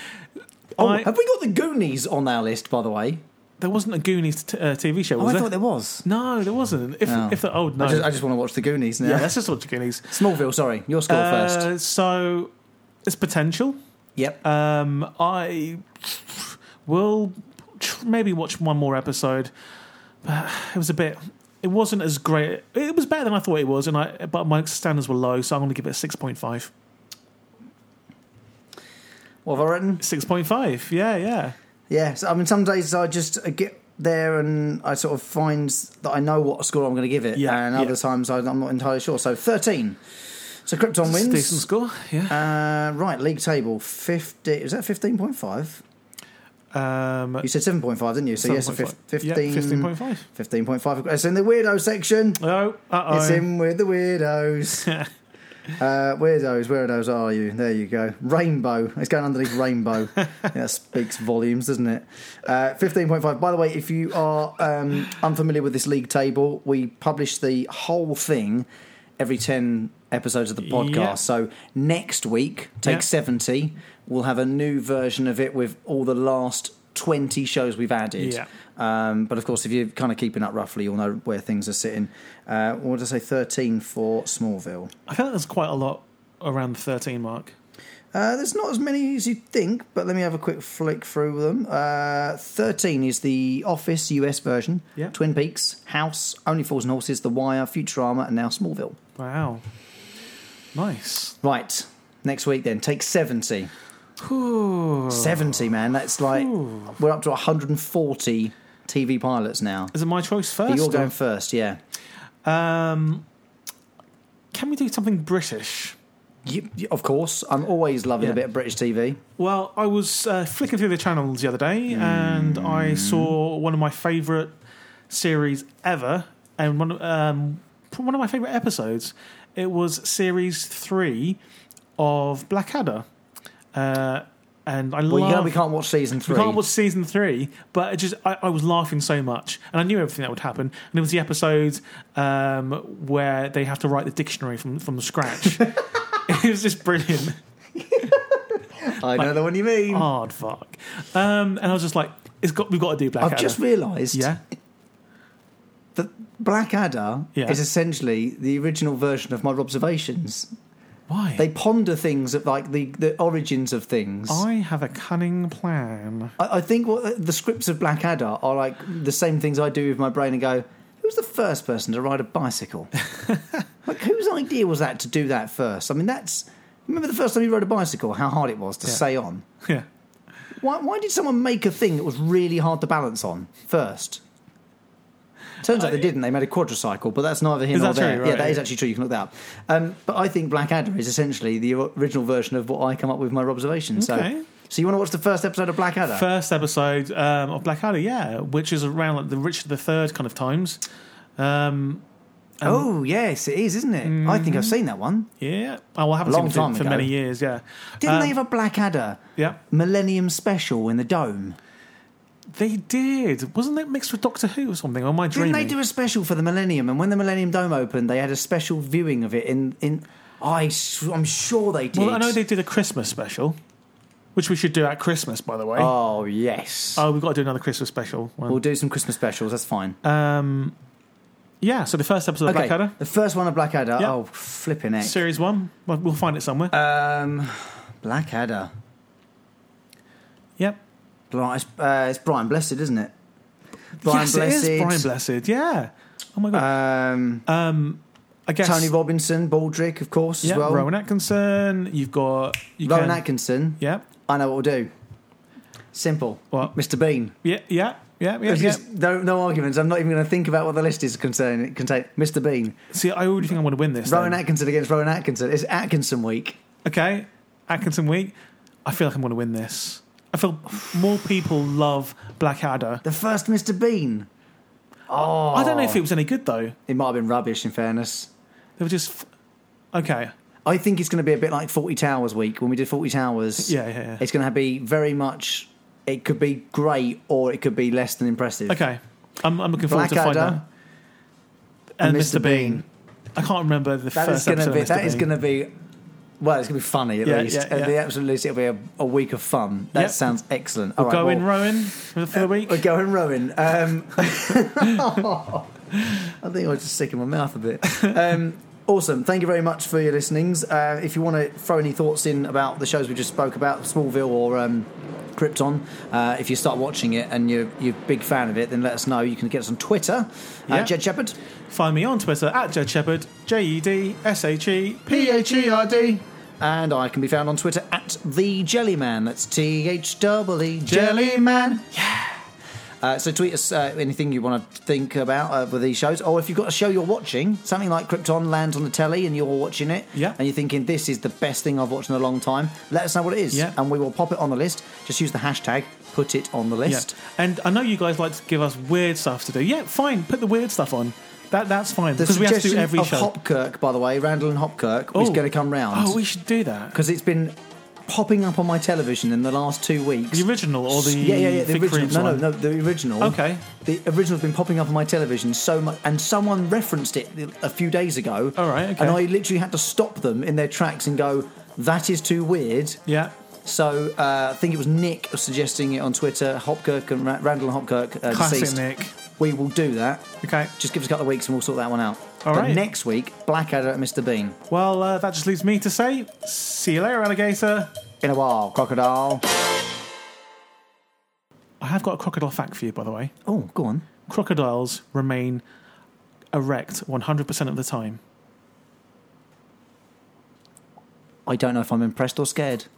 Oh,
I-
have we got the Goonies on our list? By the way,
there wasn't a Goonies t- uh, TV show,
oh,
was
I
there?
thought there was.
No, there wasn't. If
Oh.
if the oh no,
I just, I just want to watch the Goonies now.
yeah, let's just watch Goonies.
Smallville, sorry. Your score first.
Uh, so it's potential.
Yep.
Um, I will tr- maybe watch one more episode. But it was a bit. It wasn't as great. It was better than I thought it was, and I but my standards were low, so I'm going to give it a six point five.
What have I written?
Six point five. Yeah, yeah.
Yeah. So, I mean, some days I just uh, get there and I sort of find that I know what score I'm going to give it.
Yeah,
And
yeah.
other times I, I'm not entirely sure. So 13. So Krypton
It's a
wins.
Decent score. Yeah.
Uh, right, league table. 50. Is that 15.5?
Um,
You said 7.5, didn't you? So yes, a fif- 15.
Fifteen point five.
15.5. It's in the weirdo section.
Oh, uh oh.
It's in with the weirdos. uh, weirdos, weirdos are you? There you go. Rainbow. It's going underneath rainbow. that speaks volumes, doesn't it? Uh, 15.5. By the way, if you are um, unfamiliar with this league table, we publish the whole thing every 10 episodes of the podcast.
Yeah.
So next week, take
Yeah.
70, we'll have a new version of it with all the last 20 shows we've added.
Yeah.
Um, but of course, if you're kind of keeping up roughly, you'll know where things are sitting. Uh, what did I say? 13 for Smallville.
I feel like there's quite a lot around the 13 mark.
Uh, there's not as many as you think, but let me have a quick flick through them. Uh, 13 is the Office US version,
Yeah.
Twin Peaks, House, Only Fools and Horses, The Wire, Futurama, and now Smallville.
Wow. Nice.
Right, next week then, take 70.
Ooh.
70, man. That's like, we're up to 140 TV pilots now.
Is it my choice
But
first?
you're going first, yeah.
um, can we do something British?
You, you- of course, I'm always loving
Yeah.
a bit of British TV.
Well, I was uh, flicking through the channels the other day and I saw one of my favourite series ever and one, of- um, from one of my favourite episodes. It was series three of Blackadder. Uh, and I
Well,
love
you know we can't watch season three.
We can't watch season three, but it just I, I was laughing so much, and I knew everything that would happen. And it was the episode um, where they have to write the dictionary from from scratch. it was just brilliant.
I know the one you mean.
Hard fuck. Um, and I was just like, it's got we've got to do Blackadder.
I've just realised
yeah.
that Blackadder
Yeah.
is essentially the original version of my observations.
Why?
They ponder things at like the, the origins of things.
I have a cunning plan.
I, I think what the scripts of Blackadder are like the same things I do with my brain and go, who's the first person to ride a bicycle? like, whose idea was that to do that first? I mean, that's. Remember the first time you rode a bicycle, how hard it was to
Yeah.
stay on?
Yeah.
Why, why did someone make a thing that was really hard to balance on first? Turns out they didn't. They made a quadricycle, but that's neither here
Uh, Is
nor
that
there.
true?
Yeah,
Right,
that is
yeah.
actually true. You can look that up. Um, but I think Blackadder is essentially the original version of what I come up with my observations.
Okay.
So, so you want to watch the first episode of Blackadder?
First episode um, of Black Alley, yeah, which is around like the Richard III kind of times. Um, Mm.
oh yes, it is, isn't it? I think I've seen that one.
yeah. Oh, well, I haven't
Long
seen it
time
for, for
ago.
many years, yeah.
Didn't
Um,
they have a Blackadder
Yeah.
Millennium Special in the Dome?
They did. Wasn't that mixed with Doctor Who or something? Or am I
Didn't
dreaming?
they do a special for the Millennium? And when the Millennium Dome opened, they had a special viewing of it in in. I, am sure they did.
well, I know they did a Christmas special, which we should do at Christmas, by the way.
Oh
Oh,
yes.
we've got to do another Christmas special. one.
We'll do some Christmas specials. That's fine.
Um, yeah, so the first episode of
okay.
Blackadder,
The first one of Blackadder.
Yeah.
Oh, flipping heck.
series one. Well, we'll find it somewhere.
Um, Blackadder.
yep.
Bli- It's, uh, it's Brian Blessed, isn't it?
yes, it is Brian Blessed. Yeah. Oh my god.
Um,
um, I guess
Tony Robinson, Baldrick, of course,
yeah,
as well.
Rowan Atkinson. You've got you
Rowan
can-
Atkinson.
Yeah.
I know what we'll do. Simple.
What?
Mr. Bean.
Yeah. Yeah. Yeah. Yeah.
It's
yeah.
just no, no arguments. I'm not even going to think about what the list is concerning. Contain Mr. Bean.
See, I already think I want to win this.
Rowan
then.
Atkinson against Rowan Atkinson. It's Atkinson week.
okay. Atkinson week. I feel like I'm going to win this. I feel more people love Blackadder.
The first Mr. Bean. Oh,
I don't know if it was any good though.
It might have been rubbish, in fairness.
They were just okay.
I think it's going to be a bit like Forty Towers week when we did Forty Towers.
Yeah, yeah, yeah.
It's going to be very much. It could be great or it could be less than impressive.
Okay, I'm, I'm looking forward to find
Blackadder
out. And
Mr.
Mr. Bean. I can't remember the
That is
first
going to
episode.
be.
of Mr.
That is
Bean.
going to be. Well, it's going to be funny at
Yeah,
least.
yeah,
At
yeah.
the absolute least, it'll be a, a week of fun. That
Yep.
sounds excellent. All
We'll
right,
go in
well,
Rowan for the week.
We're going rowing. Um, I think I was just sick in my mouth a bit. Um, awesome. Thank you very much for your listenings. Uh, if you want to throw any thoughts in about the shows we just spoke about, Smallville or um, Krypton, uh, if you start watching it and you're, you're a big fan of it, then let us know. You can get us on Twitter,
Yeah.
uh, Jed Shepherd.
Find me on Twitter at Jed Shepherd, J E D S H E P H E R D.
And I can be found on Twitter at the Jellyman. That's T H E E
man.
Uh, so tweet us uh, anything you want to think about uh, with these shows, or if you've got a show you're watching, something like Krypton lands on the telly and you're watching it,
Yeah.
and you're thinking this is the best thing I've watched in a long time. Let us know what it is,
Yeah.
and we will pop it on the list. Just use the hashtag put it on the
Yeah.
list.
And I know you guys like to give us weird stuff to do. Yeah, fine. Put the weird stuff on. That that's fine
The
because we have to do
suggestion
every
of
show.
Hopkirk, by the way, Randall and Hopkirk is
Oh.
going to come
Oh, we
round
should do that.
because it's been popping up on my television in the last two weeks.
The original or the
yeah, yeah, yeah, the
Vic
original.
Reeves
No,
one?
no, no, the original.
Okay.
The original's been popping up on my television so much, and someone referenced it a few days ago.
All right, okay.
And I literally had to stop them in their tracks and go, "That is too weird."
Yeah.
So uh, I think it was Nick suggesting it on Twitter. Hopkirk and Ra- Randall and Hopkirk. Uh,
Classic
deceased.
Nick.
We will do that.
Okay.
Just give us a couple of weeks and we'll sort that one out.
All
but
right.
Next week, Blackadder and Mr. Bean.
Well, uh, that just leaves me to say, see you later, alligator.
In a while, crocodile.
I have got a crocodile fact for you, by the way.
Oh, go on.
Crocodiles remain erect 100% of the time.
I don't know if I'm impressed or scared.